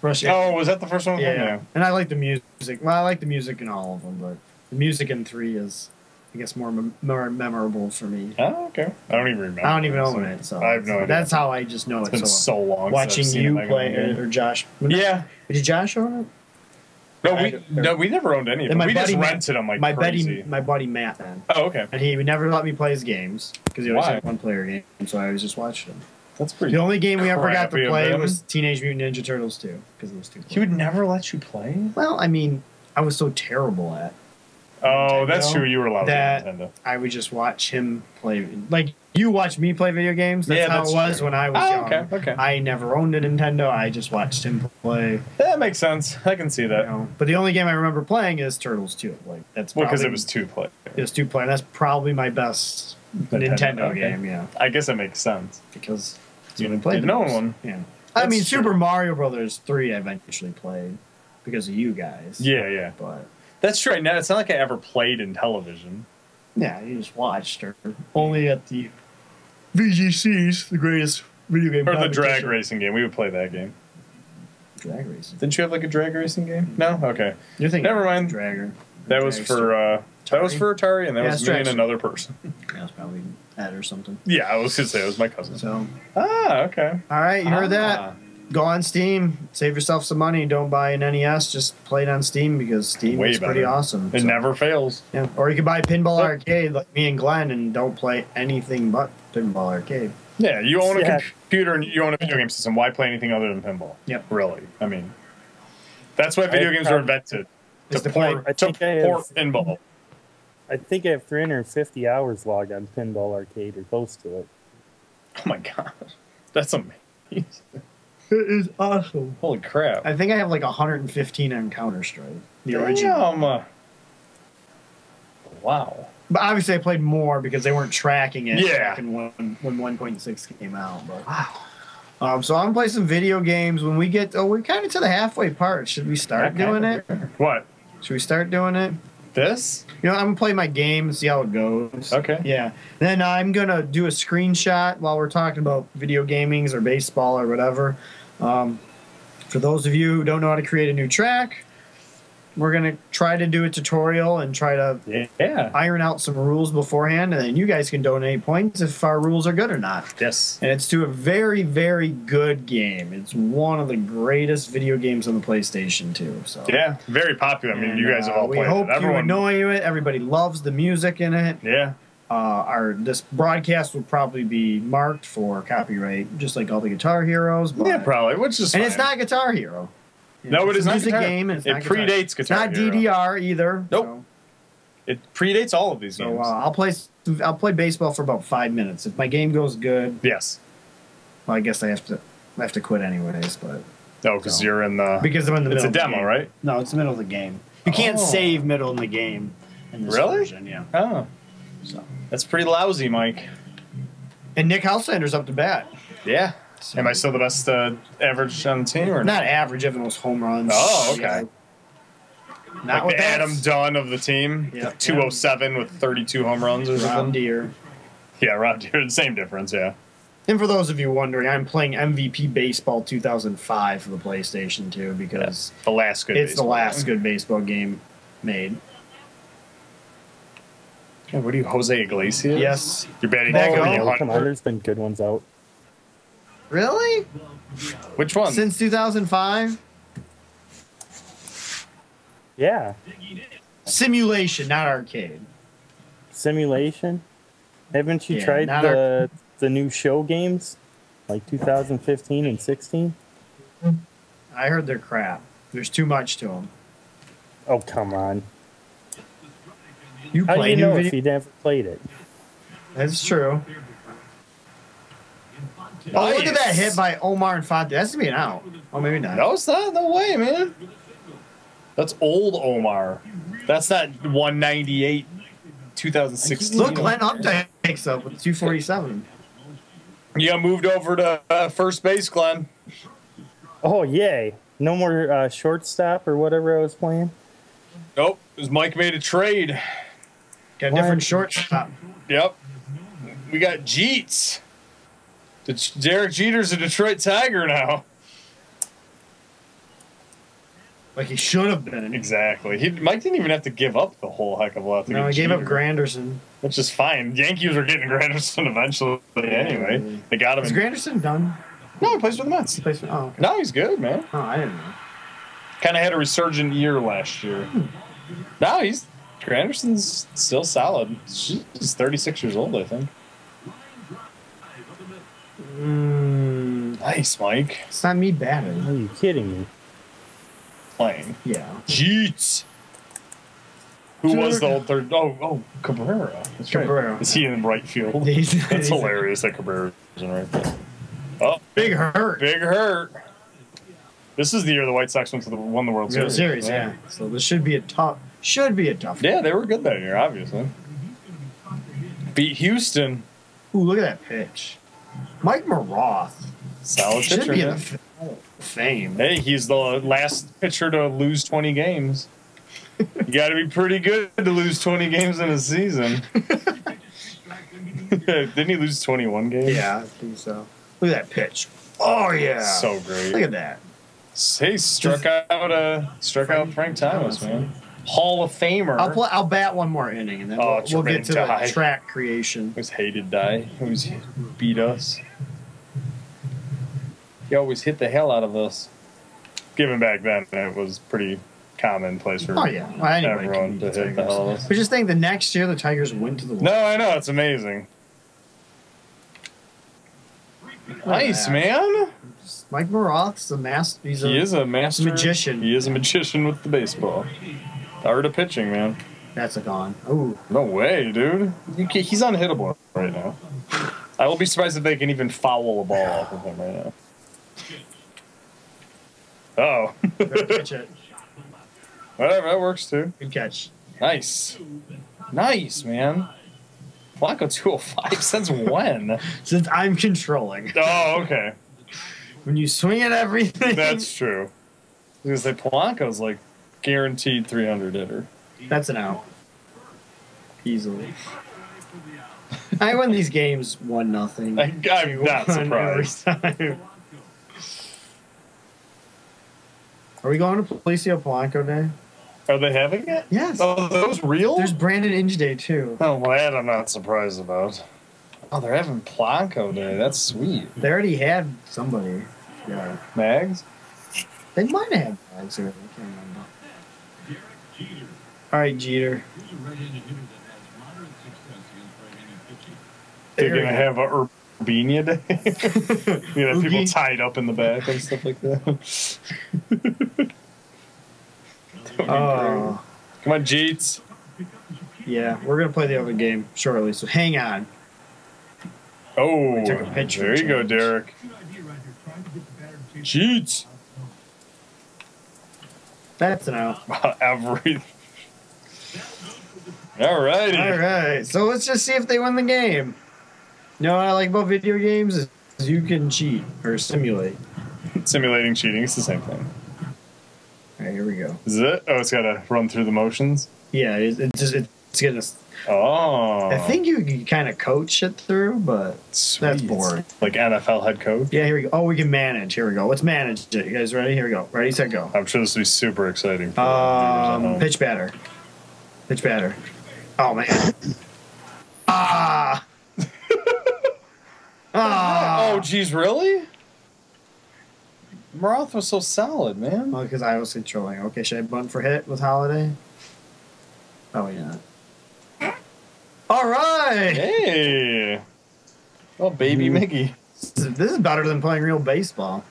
Speaker 3: Rush.
Speaker 4: Oh, was that the first one?
Speaker 3: yeah. And I like the music. Well, I like the music in all of them, but the music in 3 is, I guess, more, mem- more memorable for me.
Speaker 4: Oh, okay. I don't even remember.
Speaker 3: I don't even
Speaker 4: honestly.
Speaker 3: own it, so
Speaker 4: I have no idea.
Speaker 3: That's how I just know
Speaker 4: it's
Speaker 3: it.
Speaker 4: been
Speaker 3: so,
Speaker 4: so long. since
Speaker 3: watching
Speaker 4: I've seen a
Speaker 3: you
Speaker 4: Mega
Speaker 3: play
Speaker 4: Man
Speaker 3: or, or Josh.
Speaker 4: game. Yeah.
Speaker 3: did Josh own it?
Speaker 4: No,
Speaker 3: I
Speaker 4: we
Speaker 3: don't-
Speaker 4: no, we never owned any of
Speaker 3: And
Speaker 4: them.
Speaker 3: my
Speaker 4: We just
Speaker 3: buddy Matt-
Speaker 4: rented them like
Speaker 3: my
Speaker 4: crazy.
Speaker 3: buddy, my buddy Matt then,
Speaker 4: Oh, okay.
Speaker 3: and he would never let me play his games because he always
Speaker 4: Why?
Speaker 3: had one player game, so I always just watched him.
Speaker 4: That's pretty.
Speaker 3: The only game we ever got
Speaker 4: Crappy
Speaker 3: to
Speaker 4: of
Speaker 3: play
Speaker 4: him.
Speaker 3: was Teenage Mutant Ninja Turtles two because it was too.
Speaker 4: He would never let you play.
Speaker 3: well, I mean, I was so terrible at.
Speaker 4: Oh, that's
Speaker 3: Nintendo?
Speaker 4: true. You were allowed
Speaker 3: That-
Speaker 4: to play Nintendo.
Speaker 3: I would just watch him play, like you watch me play video games. That's
Speaker 4: Yeah,
Speaker 3: how
Speaker 4: that's
Speaker 3: it was
Speaker 4: true.
Speaker 3: when I was
Speaker 4: Oh,
Speaker 3: young.
Speaker 4: okay, okay.
Speaker 3: I never owned a Nintendo. I just watched him play.
Speaker 4: That makes sense. I can see
Speaker 3: you
Speaker 4: that.
Speaker 3: know. But the only game I remember playing is Turtles two. Like that's
Speaker 4: Well, because
Speaker 3: probably-
Speaker 4: it was two player.
Speaker 3: it was two player. That's probably my best Nintendo,
Speaker 4: okay.
Speaker 3: game. Yeah.
Speaker 4: I guess it makes sense.
Speaker 3: because
Speaker 4: You
Speaker 3: you
Speaker 4: didn't
Speaker 3: played
Speaker 4: know
Speaker 3: those.
Speaker 4: one.
Speaker 3: Yeah, I
Speaker 4: That's
Speaker 3: mean
Speaker 4: true.
Speaker 3: Super Mario Brothers three I eventually played because of you guys.
Speaker 4: Yeah, yeah.
Speaker 3: but
Speaker 4: That's true. No, it's not like I ever played in television.
Speaker 3: yeah, you just watched her only at the VGCs, the greatest video game.
Speaker 4: Or the drag
Speaker 3: competition.
Speaker 4: racing game. We would play that game.
Speaker 3: Drag racing.
Speaker 4: Didn't you have like a drag racing game?
Speaker 3: Mm-hmm.
Speaker 4: No. Okay.
Speaker 3: You're thinking
Speaker 4: Never mind.
Speaker 3: Dragger.
Speaker 4: That was for uh, that was for Atari, and that
Speaker 3: Yeah,
Speaker 4: was
Speaker 3: it's
Speaker 4: me
Speaker 3: drag-
Speaker 4: and another person.
Speaker 3: yeah, it's probably that or something.
Speaker 4: Yeah, I was gonna say it was my cousin.
Speaker 3: So
Speaker 4: Ah, okay.
Speaker 3: all right, you heard
Speaker 4: Ah.
Speaker 3: that. Go on Steam, save yourself some money. Don't buy an NES. Just play it on Steam because Steam
Speaker 4: Way
Speaker 3: is pretty
Speaker 4: better.
Speaker 3: awesome.
Speaker 4: It
Speaker 3: So-
Speaker 4: never fails.
Speaker 3: Yeah, or you could buy Pinball
Speaker 4: Yep.
Speaker 3: Arcade like me and Glenn and don't play anything but Pinball Arcade.
Speaker 4: Yeah, you own a
Speaker 5: Yeah.
Speaker 4: computer and you own a video game system. Why play anything other than pinball?
Speaker 3: Yep.
Speaker 4: Really? I mean, that's why video
Speaker 5: I-
Speaker 4: games were invented to
Speaker 3: It's the
Speaker 4: pour,
Speaker 5: I
Speaker 4: to
Speaker 5: think I have-
Speaker 4: pour pinball.
Speaker 5: I think I have 350 hours logged on Pinball Arcade or close to it.
Speaker 4: Oh my gosh, that's amazing!
Speaker 3: It is awesome.
Speaker 4: Holy crap!
Speaker 3: I think I have like 115 on Counter Strike, the original.
Speaker 4: Damn. uh, Wow.
Speaker 3: But obviously, I played more because they weren't tracking it.
Speaker 4: Yeah.
Speaker 3: back in when when 1.6 came out, but. Um, so I'm gonna play some video games. When we get, oh, we're kind of to the halfway part. Should we start
Speaker 4: Okay.
Speaker 3: doing it?
Speaker 4: What?
Speaker 3: Should we start doing it?
Speaker 4: This?
Speaker 3: You know, I'm gonna play my game, see how it goes.
Speaker 4: Okay.
Speaker 3: Yeah. Then I'm gonna do a screenshot while we're talking about video gamings or baseball or whatever. Um, for those of you who don't know how to create a new track, we're gonna try to do a tutorial and try to
Speaker 4: Yeah.
Speaker 3: iron out some rules beforehand, and then you guys can donate points if our rules are good or not.
Speaker 4: Yes.
Speaker 3: And it's to a very, very good game. It's one of the greatest video games on the PlayStation 2. So
Speaker 4: Yeah. Very popular. I mean,
Speaker 3: And,
Speaker 4: you guys have
Speaker 3: uh,
Speaker 4: all
Speaker 3: we
Speaker 4: played
Speaker 3: hope
Speaker 4: it. Everyone.
Speaker 3: you enjoy it. Everybody loves the music in it
Speaker 4: yeah.
Speaker 3: uh, our this broadcast will probably be marked for copyright, just like all the Guitar Heroes. But,
Speaker 4: Yeah, probably. Which is
Speaker 3: and
Speaker 4: fine.
Speaker 3: it's not Guitar Hero.
Speaker 4: No, it
Speaker 3: it's
Speaker 4: is
Speaker 3: a
Speaker 4: not
Speaker 3: music
Speaker 4: Guitar-
Speaker 3: game. and it's
Speaker 4: it
Speaker 3: not Guitar-
Speaker 4: predates
Speaker 3: It's
Speaker 4: Guitar
Speaker 3: not
Speaker 4: Hero.
Speaker 3: DDR either.
Speaker 4: Nope.
Speaker 3: So,
Speaker 4: It predates all of these
Speaker 3: so
Speaker 4: games.
Speaker 3: uh, I'll play. I'll play baseball for about five minutes. If my game goes good,
Speaker 4: yes.
Speaker 3: well, I guess I have to. I have to quit anyways, but
Speaker 4: No, because
Speaker 3: So-
Speaker 4: you're in the.
Speaker 3: because I'm in the
Speaker 4: it's
Speaker 3: middle
Speaker 4: a
Speaker 3: of the
Speaker 4: demo,
Speaker 3: game.
Speaker 4: right?
Speaker 6: No, it's the middle of the game. You can't
Speaker 4: Oh.
Speaker 6: save middle in the game. In this
Speaker 4: Really?
Speaker 6: Version, yeah.
Speaker 4: Oh,
Speaker 6: So
Speaker 4: that's pretty lousy, Mike.
Speaker 3: And Nick Houselander's up to bat.
Speaker 4: Yeah. Am I still the best uh, average on the team or
Speaker 3: Not average. Evan was home runs.
Speaker 4: Oh, okay.
Speaker 3: Yeah.
Speaker 4: Like
Speaker 3: Not with
Speaker 4: the
Speaker 3: that.
Speaker 4: Adam Dunn of the team,
Speaker 3: Yeah.
Speaker 4: 207 with 32 home runs or
Speaker 3: Rob
Speaker 4: something.
Speaker 3: Deere.
Speaker 4: Yeah, Rob Deere, same difference. Yeah.
Speaker 3: And for those of you wondering, I'm playing MVP Baseball 2005 for the PlayStation 2 because
Speaker 4: The last good.
Speaker 3: it's the
Speaker 4: baseball
Speaker 3: last
Speaker 4: game.
Speaker 3: good baseball game made.
Speaker 4: God, what are you, Jose Iglesias?
Speaker 3: Yes.
Speaker 4: You're batting
Speaker 3: Back
Speaker 4: three
Speaker 3: up.
Speaker 5: Oh, come on,
Speaker 4: hundred.
Speaker 5: there's been good ones out.
Speaker 3: Really?
Speaker 4: Which one?
Speaker 3: Since 2005?
Speaker 5: Yeah,
Speaker 3: Simulation, not arcade.
Speaker 5: simulation. Haven't you
Speaker 3: Yeah,
Speaker 5: tried
Speaker 3: not
Speaker 5: the the new show games, like 2015 and 16?
Speaker 3: I heard they're crap. There's too much to them.
Speaker 5: Oh come on!
Speaker 3: You
Speaker 5: How do
Speaker 3: play
Speaker 5: you
Speaker 3: new
Speaker 5: know if
Speaker 3: video?
Speaker 5: you never played it?
Speaker 3: That's true. Oh, look at that hit by Omar Infante. That's been out. Oh, maybe not.
Speaker 4: No, it's not. No way, man. That's old Omar. That's not 198, 2016.
Speaker 3: Look, Glenn Updike's up with 247.
Speaker 4: Yeah, moved over to uh, first base, Glenn.
Speaker 5: Oh yay! No more uh, shortstop or whatever I was playing.
Speaker 4: Nope, 'cause Mike made a trade.
Speaker 3: Got a different shortstop.
Speaker 4: Yep. We got Jeets. The Derek Jeter's a Detroit Tiger now.
Speaker 3: Like he should have been.
Speaker 4: Exactly. He, Mike didn't even have to give up the whole heck of a lot. To
Speaker 3: No,
Speaker 4: get
Speaker 3: he gave up
Speaker 4: Jeter,
Speaker 3: Granderson.
Speaker 4: which is fine. Yankees were getting Granderson eventually anyway. They got him.
Speaker 3: Is
Speaker 4: in-
Speaker 3: Granderson done?
Speaker 4: no, he plays with the Mets.
Speaker 3: He plays for, oh, okay.
Speaker 4: No, he's good, man.
Speaker 3: oh, I didn't know.
Speaker 4: Kind of had a resurgent year last year.
Speaker 3: Hmm.
Speaker 4: No, he's Granderson's still solid. He's 36 years old, I think.
Speaker 3: Mm,
Speaker 4: Nice, Mike.
Speaker 3: it's not me batting.
Speaker 5: Are you kidding me?
Speaker 4: Playing.
Speaker 3: Yeah.
Speaker 4: Jeets. Who was the old third? Oh, oh, Cabrera. That's right.
Speaker 3: Cabrera.
Speaker 4: Is he in right field?
Speaker 3: He's-
Speaker 4: That's
Speaker 3: he's-
Speaker 4: hilarious that Cabrera's in right field. Oh,
Speaker 3: Big hurt.
Speaker 4: big hurt. This is the year the White Sox went to the won the World
Speaker 3: World
Speaker 4: Series.
Speaker 3: Series, yeah. So this should be a tough. Should be a tough.
Speaker 4: Yeah, they were good that year, obviously. Beat Houston.
Speaker 3: Ooh, look at that pitch. Mike Maroth
Speaker 4: Solid
Speaker 3: should
Speaker 4: pitcher.
Speaker 3: be in the
Speaker 4: man.
Speaker 3: f- Hall of Fame.
Speaker 4: Hey, he's the last pitcher to lose 20 games. you got to be pretty good to lose 20 games in a season. Didn't he lose 21 games?
Speaker 3: Yeah, I think so. Look at that pitch. Oh yeah.
Speaker 4: So great.
Speaker 3: Look at that.
Speaker 4: He struck out uh struck out Frank Thomas, man. Hall of Famer.
Speaker 3: I'll play, I'll bat one more inning and then
Speaker 4: Oh,
Speaker 3: we'll, we'll get to
Speaker 4: Trent Dye.
Speaker 3: the track creation.
Speaker 4: Who's hated die? Who's beat us? He always hit the hell out of us. Given back then, it was pretty commonplace for
Speaker 3: Oh yeah. Well, anybody can
Speaker 4: everyone
Speaker 3: beat the
Speaker 4: to hit the
Speaker 3: Tigers.
Speaker 4: hell out of us.
Speaker 3: But just think, the next year the Tigers went to the World.
Speaker 4: No, I know it's amazing. Nice man.
Speaker 3: Mike Maroth's a master. He's a,
Speaker 4: He is a master
Speaker 3: magician.
Speaker 4: He is a magician with the baseball. The art of pitching, man.
Speaker 3: That's a gone. Ooh,
Speaker 4: No way, dude. You ca he's unhittable right now. I will be surprised if they can even foul a ball off of him right now. Oh,
Speaker 3: good catch it.
Speaker 4: whatever, that works too.
Speaker 3: Good catch.
Speaker 4: Nice, nice, man. Flacco 205 since when?
Speaker 3: Since I'm controlling,
Speaker 4: Oh, okay,
Speaker 3: when you swing at everything,
Speaker 4: that's true. Because they Polanco's like guaranteed 300 hitter.
Speaker 3: that's an out. Easily. I win these games one nothing.
Speaker 4: I, I'm not surprised.
Speaker 3: Are we going to Policio Polanco Day?
Speaker 4: Are they having it?
Speaker 3: Yes.
Speaker 4: Oh, those real?
Speaker 3: There's Brandon Inge Day too.
Speaker 4: Oh, well, that I'm not surprised about. Oh, they're having Planco Day. That's sweet.
Speaker 3: They already had somebody. Yeah.
Speaker 4: Mags?
Speaker 3: They might have. I can't remember. All right, Jeter.
Speaker 2: He's a right-handed hitter that has moderate success against right-handed pitching.
Speaker 4: They're
Speaker 3: There
Speaker 4: going to have a Urbania Day? you know, people
Speaker 3: Oogie.
Speaker 4: tied up in the back and stuff like that. That would be great.
Speaker 3: Oh,
Speaker 4: Come on, Jeets.
Speaker 3: yeah. We're gonna play the other game shortly, so hang on.
Speaker 4: Oh,
Speaker 3: took a picture
Speaker 4: there you go,
Speaker 3: change.
Speaker 4: Derek.
Speaker 2: Good idea right there, trying to get the batter to chase.
Speaker 4: Jeets.
Speaker 3: That's an out.
Speaker 4: Every. All righty.
Speaker 3: All right. So let's just see if they win the game. You know what I like about video games is you can cheat or simulate.
Speaker 4: Simulating cheating. It's the same thing.
Speaker 3: All right, here we go.
Speaker 4: Is it? Oh, it's got to run through the motions.
Speaker 3: Yeah, it, it just it's gonna.
Speaker 4: Oh.
Speaker 3: I think you can kind of coach it through, but That's
Speaker 4: Sweet.
Speaker 3: boring.
Speaker 4: Like NFL head coach.
Speaker 3: yeah, here we go. Oh, we can manage. Here we go. Let's manage it. You guys ready? Here we go. Ready, set, go.
Speaker 4: I'm sure this will be super exciting. For the viewers at
Speaker 3: Um,
Speaker 4: home.
Speaker 3: pitch batter. Pitch batter. Oh man. ah.
Speaker 4: Oh,
Speaker 3: ah.
Speaker 4: geez, really? Maroth was so solid, man.
Speaker 3: Oh, because I was controlling. Okay, should I bunt for hit with Holiday? Probably not. All right.
Speaker 4: Hey. Oh, baby
Speaker 3: Mhm.
Speaker 4: Mickey.
Speaker 3: This is- This is better than playing real baseball.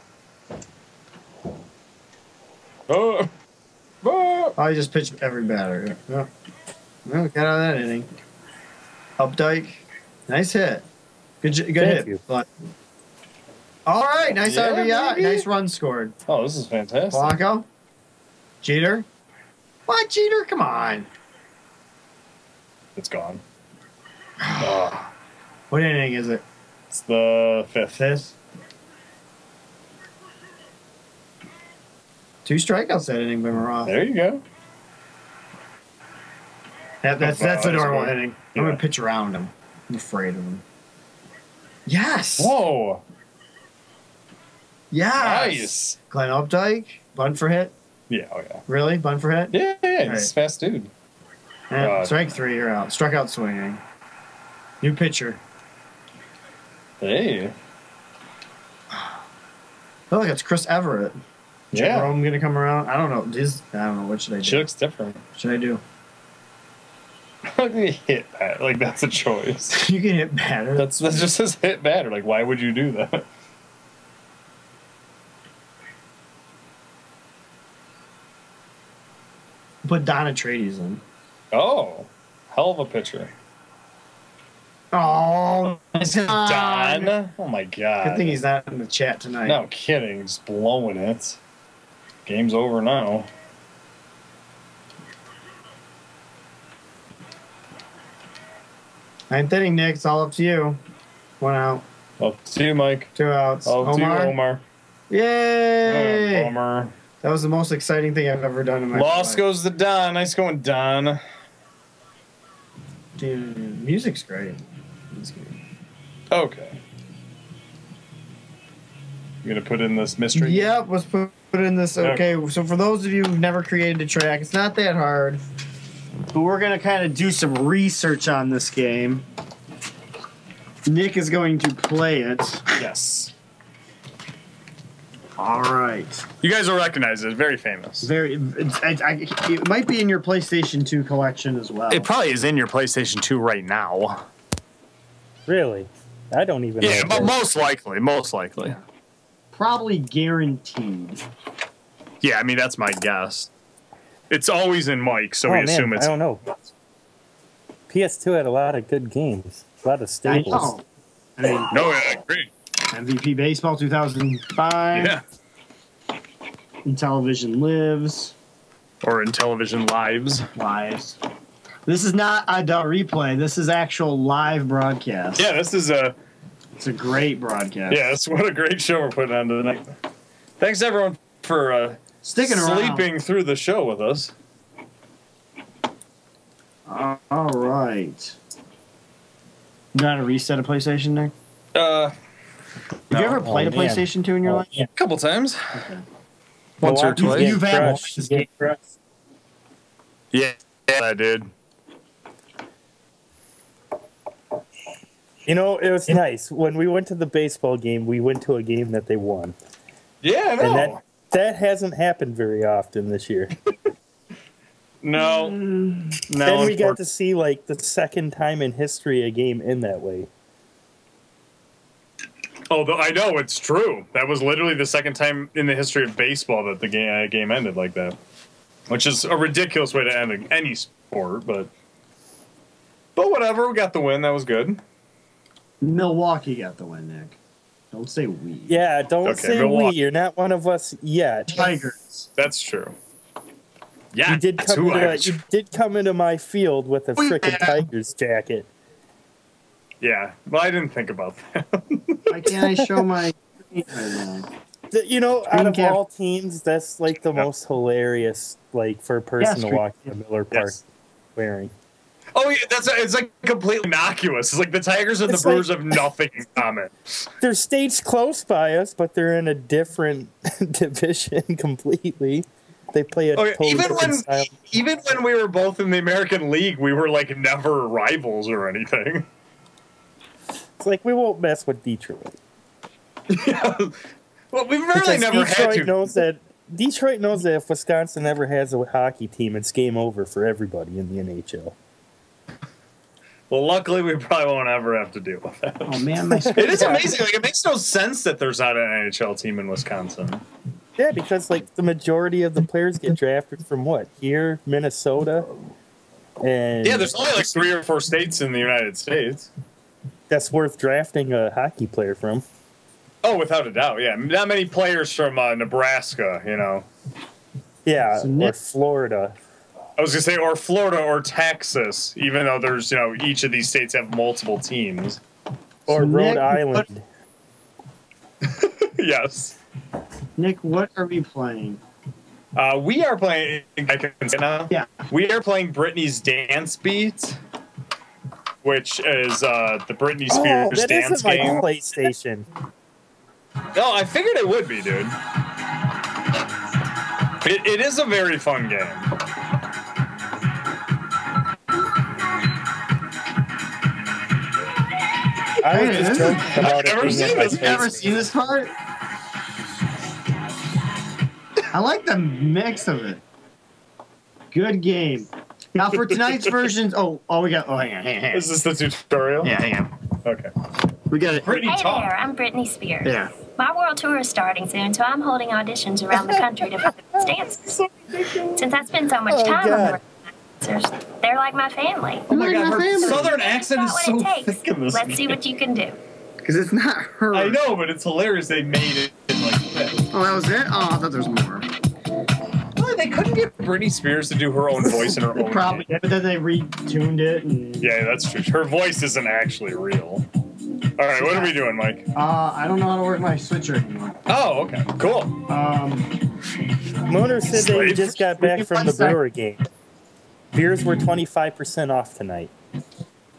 Speaker 4: Oh. Oh.
Speaker 3: I just pitched every batter. Yeah. No, got out of that inning. Updike, nice hit. Good, j- good
Speaker 5: Thank
Speaker 3: hit.
Speaker 5: you.
Speaker 3: But- all right, nice
Speaker 4: Yeah,
Speaker 3: RBI,
Speaker 4: baby.
Speaker 3: nice run scored.
Speaker 4: Oh, this is fantastic.
Speaker 3: Polanco, Jeter. What Jeter? Come on.
Speaker 4: It's gone. Oh,
Speaker 3: What inning is it?
Speaker 4: it's the fifth.
Speaker 3: Fifth. Two strikeouts that inning by Maroth.
Speaker 4: There you go.
Speaker 3: That, that's that's a
Speaker 4: Wow, that's
Speaker 3: normal
Speaker 4: good.
Speaker 3: inning. I'm
Speaker 4: Yeah.
Speaker 3: gonna pitch around him. I'm afraid of him. Yes.
Speaker 4: Whoa.
Speaker 3: Yes.
Speaker 4: Nice.
Speaker 3: Glenn Updike, bun for hit.
Speaker 4: Yeah. Oh yeah.
Speaker 3: Really, bun for hit.
Speaker 4: Yeah. yeah, yeah.
Speaker 3: Right.
Speaker 4: He's a fast dude.
Speaker 3: Eh,
Speaker 4: God.
Speaker 3: strike three, you're out. Struck out swinging. New pitcher.
Speaker 4: Hey.
Speaker 3: Oh, look, it's Chris Everett.
Speaker 4: Yeah.
Speaker 3: Jerome gonna come around. I don't know. His, I don't know. What should I do?
Speaker 4: She looks different.
Speaker 3: Should I do?
Speaker 4: Probably hit that. Like that's a choice.
Speaker 3: you can hit batter.
Speaker 4: That's that just says hit batter. Like why would you do that?
Speaker 3: Put Don Atreides in.
Speaker 4: Oh, hell of a pitcher.
Speaker 3: Oh,
Speaker 4: Don. Oh my god.
Speaker 3: Good thing he's not in the chat tonight.
Speaker 4: No kidding. Just blowing it. Game's over now.
Speaker 3: Ninth inning, Nick. It's all up to you. One out,
Speaker 4: Up to you, Mike.
Speaker 3: two outs.
Speaker 4: Up to you,
Speaker 3: Omar.
Speaker 4: Omar.
Speaker 3: Yay!
Speaker 4: Oh, bummer.
Speaker 3: Um, That was the most exciting thing I've ever done in my
Speaker 4: Loss
Speaker 3: life.
Speaker 4: goes to Don. Nice going, Don.
Speaker 3: Dude, music's great. It's good.
Speaker 4: Okay. I'm gonna put in this mystery.
Speaker 3: Yep, let's put, put in this. Okay, so for those of you who've never created a track, it's not that hard. But we're going to kind of do some research on this game. Nick is going to play it.
Speaker 4: Yes.
Speaker 3: All right.
Speaker 4: You guys will recognize it. Very famous.
Speaker 3: Very. I, I, it might be in your PlayStation 2 collection as well.
Speaker 4: It probably is in your PlayStation 2 right now.
Speaker 5: Really? I don't even
Speaker 4: Yeah,
Speaker 5: know.
Speaker 4: but most likely, most likely.
Speaker 3: probably guaranteed.
Speaker 4: Yeah, I mean that's my guess. It's always in Mike, so
Speaker 5: oh,
Speaker 4: we
Speaker 5: man,
Speaker 4: assume it's
Speaker 5: I don't know. PS2 had a lot of good games, a lot of
Speaker 3: I
Speaker 5: staples.
Speaker 3: know. I mean,
Speaker 4: No, I agree.
Speaker 3: MVP Baseball 2005.
Speaker 4: Yeah.
Speaker 3: And Television Lives.
Speaker 4: Or in television lives.
Speaker 3: lives. This is not a da- replay. This is actual live broadcast.
Speaker 4: Yeah, this is a
Speaker 3: It's a great broadcast.
Speaker 4: yeah, that's what a great show we're putting on tonight. Thanks everyone for uh
Speaker 3: Sticking around.
Speaker 4: sleeping through the show with us.
Speaker 3: Uh, all right. You know how to reset a PlayStation, Nick?
Speaker 4: Uh
Speaker 3: Have
Speaker 4: No.
Speaker 3: you ever played a
Speaker 5: man.
Speaker 3: PlayStation 2 in your
Speaker 5: Oh,
Speaker 3: life?
Speaker 5: yeah.
Speaker 4: a couple times.
Speaker 5: Go
Speaker 4: Once or
Speaker 5: out, you
Speaker 4: twice.
Speaker 5: get
Speaker 3: You've had
Speaker 5: crushed,
Speaker 3: watches
Speaker 5: you
Speaker 3: get-
Speaker 5: get crushed.
Speaker 4: Yeah, I did.
Speaker 5: You know, it was nice. When we went to the baseball game, we went to a game that they won.
Speaker 4: Yeah, no.
Speaker 5: And that that hasn't happened very often this year.
Speaker 4: no. No.
Speaker 5: Mm. then we got
Speaker 4: unfortunately.
Speaker 5: to see like the second time in history a game in that way.
Speaker 4: Although I know it's true. That was literally the second time in the history of baseball that the game, uh, game ended like that, which is a ridiculous way to end a- any sport. But but whatever, we got the win. That was good.
Speaker 6: Milwaukee got the win, Nick. Don't say we.
Speaker 5: Yeah, don't
Speaker 4: Okay,
Speaker 5: say
Speaker 4: Milwaukee.
Speaker 5: we. You're not one of us yet.
Speaker 6: Tigers.
Speaker 4: That's true. Yeah,
Speaker 5: you did
Speaker 4: that's
Speaker 5: come
Speaker 4: who I
Speaker 5: into,
Speaker 4: was-
Speaker 5: you did come into my field with a
Speaker 4: We-
Speaker 5: frickin' Tigers jacket.
Speaker 4: yeah, well, I didn't think about that.
Speaker 6: Why can't I show my screen right now?
Speaker 5: Th- You know, out of
Speaker 6: cap.
Speaker 5: all teams, that's like the
Speaker 4: Yeah.
Speaker 5: most hilarious, like for a person to
Speaker 6: screen-
Speaker 5: walk into Miller Park
Speaker 4: Yes.
Speaker 5: wearing.
Speaker 4: Oh yeah, that's it's like completely innocuous. It's like the Tigers and
Speaker 5: It's
Speaker 4: the
Speaker 5: like-
Speaker 4: Brewers have nothing in common.
Speaker 5: They're staged close by us, but they're in a different division completely. They play a
Speaker 4: Okay,
Speaker 5: totally
Speaker 4: even
Speaker 5: different
Speaker 4: when
Speaker 5: style.
Speaker 4: even when we were both in the American League, we were like never rivals or anything.
Speaker 5: It's like we won't mess with Detroit.
Speaker 4: Well, we've really
Speaker 5: Because
Speaker 4: never
Speaker 5: Detroit
Speaker 4: had to.
Speaker 5: knows that Detroit knows that if Wisconsin ever has a hockey team, it's game over for everybody in the NHL.
Speaker 4: Well, luckily, we probably won't ever have to deal with that.
Speaker 6: Oh man, my
Speaker 4: It is amazing. Like, it makes no sense that there's not an NHL team in Wisconsin.
Speaker 5: Yeah, because like the majority of the players get drafted from what here, Minnesota, and
Speaker 4: Yeah, there's only like three or four states in the United States.
Speaker 5: that's worth drafting a hockey player from.
Speaker 4: Oh, without a doubt. Yeah, not many players from uh, Nebraska. You know,
Speaker 5: Yeah,
Speaker 6: So
Speaker 5: or
Speaker 6: Nick-
Speaker 5: Florida.
Speaker 4: I was gonna say or Florida or Texas. Even though there's you know each of these states have multiple teams.
Speaker 5: Or
Speaker 6: So
Speaker 5: Rhode
Speaker 6: Nick-
Speaker 5: Island.
Speaker 4: yes.
Speaker 6: Nick, what are we playing?
Speaker 4: Uh, we are playing. I can say now.
Speaker 6: Yeah.
Speaker 4: We are playing Britney's dance beat, which is uh, the Britney
Speaker 5: Oh,
Speaker 4: Spears
Speaker 5: that
Speaker 4: dance
Speaker 5: isn't like
Speaker 4: game.
Speaker 5: PlayStation.
Speaker 4: No, I figured it would be, dude. It, it is a very fun game.
Speaker 5: I was
Speaker 3: Hey,
Speaker 5: just
Speaker 3: this
Speaker 5: joking
Speaker 3: is-
Speaker 5: about
Speaker 4: I've
Speaker 5: it
Speaker 4: never
Speaker 5: being
Speaker 4: seen
Speaker 5: on my
Speaker 4: this.
Speaker 5: PlayStation.
Speaker 4: I've
Speaker 3: Ever seen this part? I like the mix of it. Good game. Now for tonight's versions. Oh, oh, we got. Oh, hang on, hang on, hang on.
Speaker 4: Is this the tutorial?
Speaker 3: Yeah, hang on.
Speaker 4: Okay.
Speaker 3: We got it.
Speaker 4: Britney
Speaker 7: Hey
Speaker 4: Talk.
Speaker 7: there, I'm Britney Spears.
Speaker 3: Yeah.
Speaker 7: My world tour is starting soon, so I'm holding auditions around the country to find the best dancers. Since I spend so much
Speaker 5: Oh,
Speaker 7: time on the
Speaker 5: God.
Speaker 7: road dancers, they're like my family.
Speaker 4: Oh my god, her
Speaker 8: family.
Speaker 4: southern accent
Speaker 7: Got
Speaker 4: is
Speaker 7: what
Speaker 4: so
Speaker 7: it takes.
Speaker 4: thick in this.
Speaker 7: Let's see
Speaker 4: game.
Speaker 7: what you can do.
Speaker 8: Because it's not her.
Speaker 4: I know, but it's hilarious they made it like that.
Speaker 8: Oh, that was it? Oh, I thought there was more.
Speaker 4: Well, they couldn't get Britney Spears to do her own voice in her own.
Speaker 3: Probably,
Speaker 4: game.
Speaker 3: but then they retuned it. And,
Speaker 4: Yeah, that's true. Her voice isn't actually real. All right, what are we doing, Mike?
Speaker 3: Uh, I don't know how to work my switcher anymore.
Speaker 4: Oh, okay, cool.
Speaker 3: Um,
Speaker 5: Mooner said they
Speaker 4: Slave.
Speaker 5: just got back from the brewer game. Beers were 25% off tonight.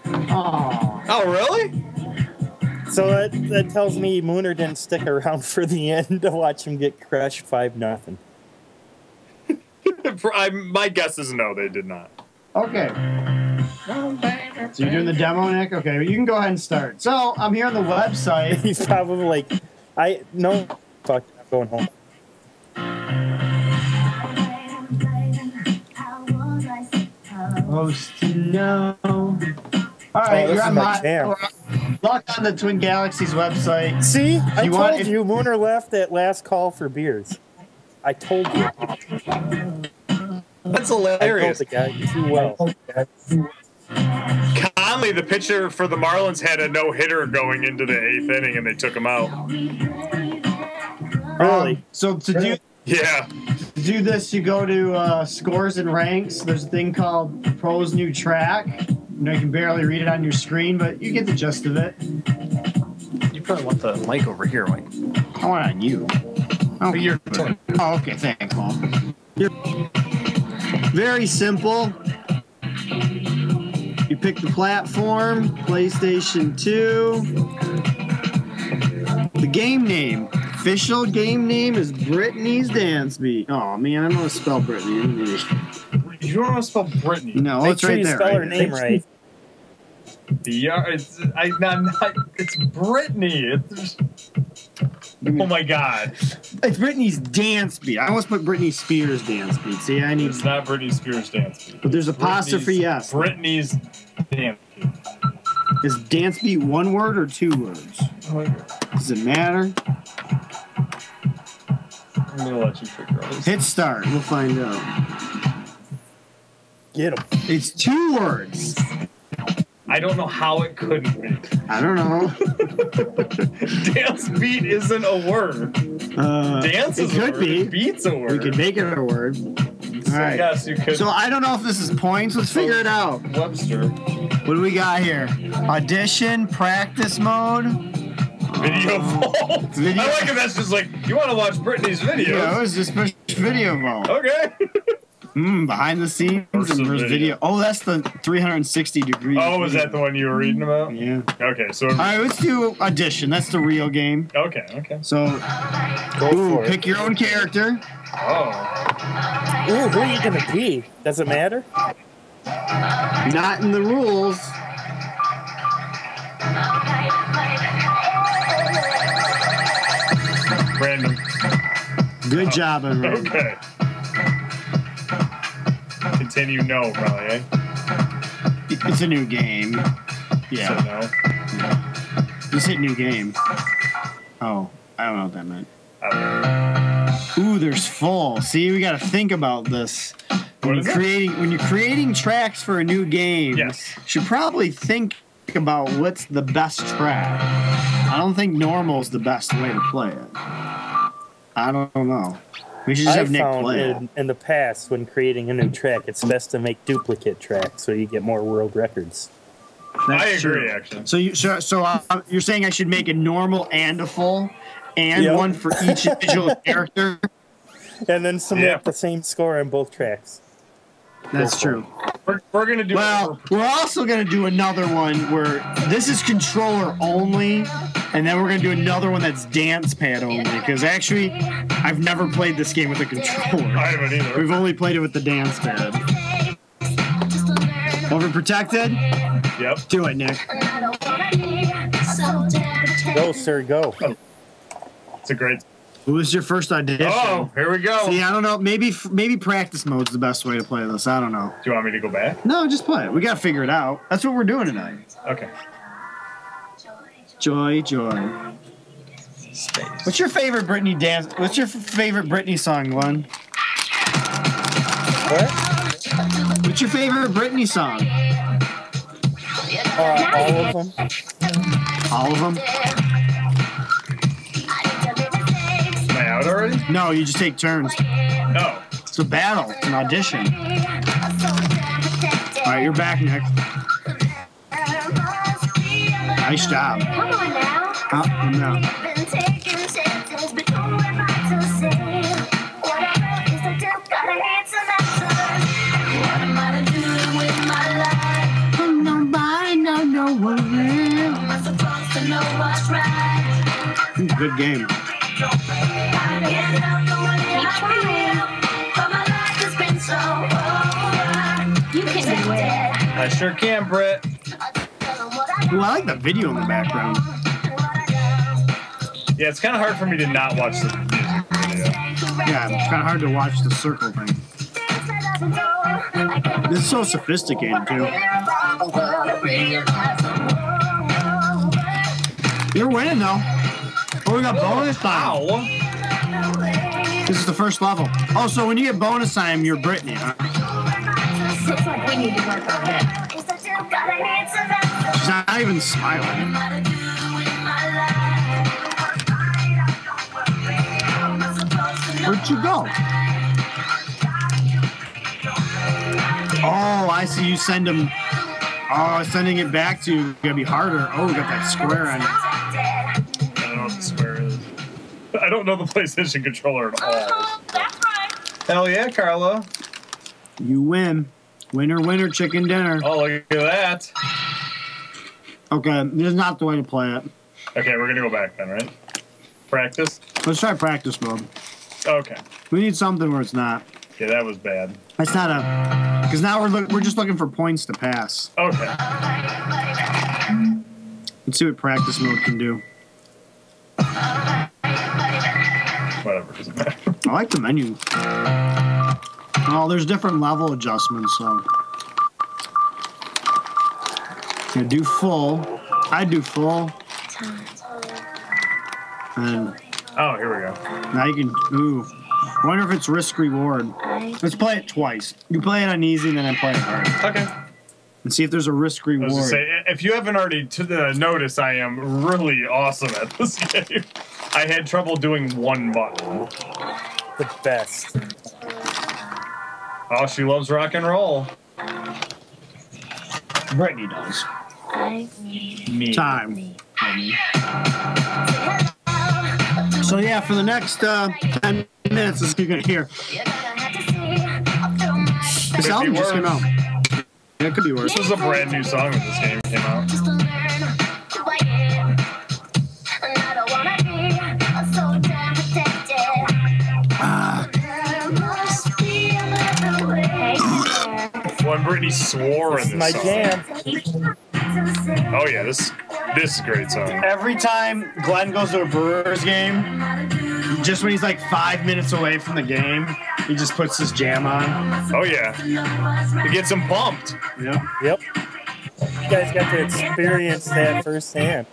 Speaker 3: oh,
Speaker 4: Oh, really?
Speaker 5: So that, that tells me Mooner didn't stick around for the end to watch him get crushed 5 nothing.
Speaker 4: I, my guess is no, they did not.
Speaker 3: okay. So you're doing the demo, Nick? Okay, you can go ahead and start. So I'm here on the website.
Speaker 5: He's probably like, I, no, fuck, I'm going home.
Speaker 3: Supposed to know. All right,
Speaker 5: Oh, this
Speaker 3: you're
Speaker 5: is
Speaker 3: on
Speaker 5: my
Speaker 3: my
Speaker 5: jam.
Speaker 3: Look on the Twin Galaxies website.
Speaker 5: See, I
Speaker 3: You
Speaker 5: told
Speaker 3: want- if-
Speaker 5: you, Mooner left at last call for beers. I told you.
Speaker 4: That's
Speaker 5: I told
Speaker 4: hilarious.
Speaker 5: the guy too well.
Speaker 4: Conley, the pitcher for the Marlins, had a no hitter going into the eighth inning, and they took him out.
Speaker 5: Really?
Speaker 3: Um, So to do
Speaker 4: Yeah.
Speaker 3: to do this, you go to uh, scores and ranks. There's a thing called Pro's new track. You know, you can barely read it on your screen, but you get the gist of it.
Speaker 8: You probably want the mic over here, Mike.
Speaker 3: I want it on you.
Speaker 8: Oh, you're. Oh, okay. Thanks, Mom.
Speaker 3: Very simple. You pick the platform, PlayStation 2. The game name. Official game name is Britney's Dance Beat. Oh man, I don't know how to spell Britney.
Speaker 4: You don't want to spell Britney.
Speaker 3: No,
Speaker 5: Make
Speaker 3: Oh, it's
Speaker 5: sure
Speaker 3: right
Speaker 5: you
Speaker 3: there.
Speaker 5: spell her
Speaker 3: right?
Speaker 5: name right.
Speaker 4: Yeah, it's, I, not, not, it's Britney. It's, oh my god.
Speaker 3: It's Britney's Dance Beat. I almost put Britney Spears Dance Beat. See, I need.
Speaker 4: It's not Britney Spears dance.
Speaker 3: But there's apostrophe yes.
Speaker 4: Britney's dance.
Speaker 3: Is Dance Beat one word or two words? Does it matter?
Speaker 4: I'm gonna let you figure out.
Speaker 3: Hit start. We'll find out.
Speaker 5: Get him.
Speaker 3: It's two words.
Speaker 4: I don't know how it couldn't be.
Speaker 3: I don't know.
Speaker 4: Dance beat isn't a word.
Speaker 3: Uh,
Speaker 4: Dance
Speaker 3: it
Speaker 4: is a
Speaker 3: could
Speaker 4: word.
Speaker 3: be.
Speaker 4: Beats a word.
Speaker 3: We could make it a word.
Speaker 4: So
Speaker 3: all right.
Speaker 4: Yes, you could.
Speaker 3: So I don't know if this is points. Let's figure it out.
Speaker 4: Webster.
Speaker 3: What do we got here? Audition, practice mode.
Speaker 4: Video vault.
Speaker 3: Uh, Video-
Speaker 4: I like it. That's just like you want to watch Britney's videos.
Speaker 3: Videos, just push video mode.
Speaker 4: Okay.
Speaker 3: Mm, behind the scenes
Speaker 4: Versus
Speaker 3: and there's
Speaker 4: Oh. video.
Speaker 3: video. Oh, that's the 360 degree.
Speaker 4: Oh, is that the one you were reading about?
Speaker 3: Yeah.
Speaker 4: Okay. So.
Speaker 3: All right, let's do audition. That's the real game.
Speaker 4: Okay. Okay.
Speaker 3: So,
Speaker 5: Go
Speaker 3: ooh,
Speaker 5: for it.
Speaker 3: pick your own character.
Speaker 4: Oh.
Speaker 5: Ooh, who are you gonna be? Does it matter?
Speaker 3: Not in the rules.
Speaker 4: Random.
Speaker 3: Good job, everyone.
Speaker 4: Okay. Continue. No, probably. Eh?
Speaker 3: It's a new game. Yeah.
Speaker 4: So no.
Speaker 3: Just hit new game. Oh, I don't know what that meant.
Speaker 4: I don't know.
Speaker 3: Ooh, there's full. See, we gotta think about this.
Speaker 4: What
Speaker 3: When
Speaker 4: is
Speaker 3: you're
Speaker 4: that?
Speaker 3: creating when you're creating tracks for a new game,
Speaker 4: Yes.
Speaker 3: you should probably think about what's the best track. I don't think normal's the best way to play it. I don't know. We should just
Speaker 5: I
Speaker 3: have Nick
Speaker 5: found
Speaker 3: play it.
Speaker 5: in, in the past when creating a new track, it's best to make duplicate tracks so you get more world records.
Speaker 3: That's
Speaker 4: I agree,
Speaker 3: true.
Speaker 4: actually.
Speaker 3: So you so, so uh, you're saying I should make a normal and a full, and
Speaker 5: Yep.
Speaker 3: one for each individual character.
Speaker 5: and then submit
Speaker 4: Yeah.
Speaker 5: the same score on both tracks.
Speaker 3: That's true.
Speaker 4: We're, we're gonna do
Speaker 3: Well, we're also going to do another one where this is controller only, and then we're going to do another one that's dance pad only. Because actually, I've never played this game with a
Speaker 4: I
Speaker 3: controller.
Speaker 4: haven't either.
Speaker 3: We've only played it with the dance pad. Overprotected?
Speaker 4: Yep.
Speaker 3: Do it, Nick.
Speaker 5: Go, sir, go.
Speaker 4: It's a great.
Speaker 3: What was your first audition?
Speaker 4: Oh, here we go.
Speaker 3: See, I don't know. Maybe maybe practice mode's the best way to play this. I don't know.
Speaker 4: Do you want me to go back?
Speaker 3: No, just play it. We gotta figure it out. That's what we're doing tonight.
Speaker 4: Okay.
Speaker 3: Joy, joy. What's your favorite Britney dance? What's your f- favorite Britney song, Glenn? What's your favorite Britney song?
Speaker 5: Uh, all of them.
Speaker 3: All of them?
Speaker 4: Am I out already?
Speaker 3: No, you just take turns.
Speaker 4: No.
Speaker 3: It's a battle, an audition. All right, you're back, Nick. Nice job.
Speaker 8: Come on now.
Speaker 3: Oh, no.
Speaker 8: Been taking chances, but who am I to say? What I wrote is I just gotta answer that turn. What am I to do with my life?
Speaker 3: Nobody, no, no one.
Speaker 8: Am I supposed to know what's right?
Speaker 3: Good game.
Speaker 8: I can't help the way I feel, but my life has been so overrun. You can do it.
Speaker 4: I sure can, Britt.
Speaker 3: Ooh, I like the video in the background.
Speaker 4: Yeah, it's kind of hard for me to not watch the music video.
Speaker 3: Yeah, it's kind of hard to watch the circle thing. This is so sophisticated, too. You're winning, though. Oh, we got bonus time.
Speaker 4: Ow.
Speaker 3: This is the first level. Oh, so when you get bonus time, you're Brittany, huh?
Speaker 8: Looks like we need to work on that.
Speaker 3: She's not even smiling. Where'd you go? Oh, I see. You send them. Oh, sending it back to you gonna be harder. Oh, we got that square on it. uh,
Speaker 4: I don't know what the square is. I don't know the PlayStation controller at all.
Speaker 8: That's right.
Speaker 4: Hell yeah, Carlo.
Speaker 3: You win. Winner, winner, chicken dinner.
Speaker 4: Oh, look at that.
Speaker 3: Okay, this is not the way to play it.
Speaker 4: Okay, we're gonna go back then, right? Practice.
Speaker 3: Let's try practice mode.
Speaker 4: Okay.
Speaker 3: We need something where it's not.
Speaker 4: Yeah, that was bad.
Speaker 3: It's not a. Because now we're look, we're just looking for points to pass.
Speaker 4: Okay.
Speaker 3: Let's see what practice mode can do.
Speaker 4: Whatever. Doesn't matter.
Speaker 3: I like the menu. Oh, there's different level adjustments, so. Yeah, do full. I do full. And
Speaker 4: Oh, here we go.
Speaker 3: now you can. Ooh. I wonder if it's risk reward. Let's play it twice. You play it on easy, then I play it hard.
Speaker 4: Okay.
Speaker 3: And see if there's a risk
Speaker 4: I
Speaker 3: reward.
Speaker 4: was just say, if you haven't already to the notice, I am really awesome at this game. I had trouble doing one button.
Speaker 5: The best.
Speaker 4: Oh, she loves rock and roll.
Speaker 3: Brittany does.
Speaker 4: Me.
Speaker 3: Time. So, yeah, for the next uh, 10 minutes, this is what you're going to hear. This
Speaker 4: Could
Speaker 3: album
Speaker 4: be
Speaker 3: just came out.
Speaker 4: worse.
Speaker 3: Yeah, it could be worse.
Speaker 4: This was a brand new song when this game came out. When Britney swore in this
Speaker 5: My
Speaker 4: song.
Speaker 5: jam.
Speaker 4: Oh yeah, this this is a great song.
Speaker 3: Every time Glenn goes to a Brewers game, just when he's like five minutes away from the game, he just puts his jam on.
Speaker 4: Oh yeah, it gets him pumped.
Speaker 3: Yep.
Speaker 5: Yep. You guys got to experience that firsthand.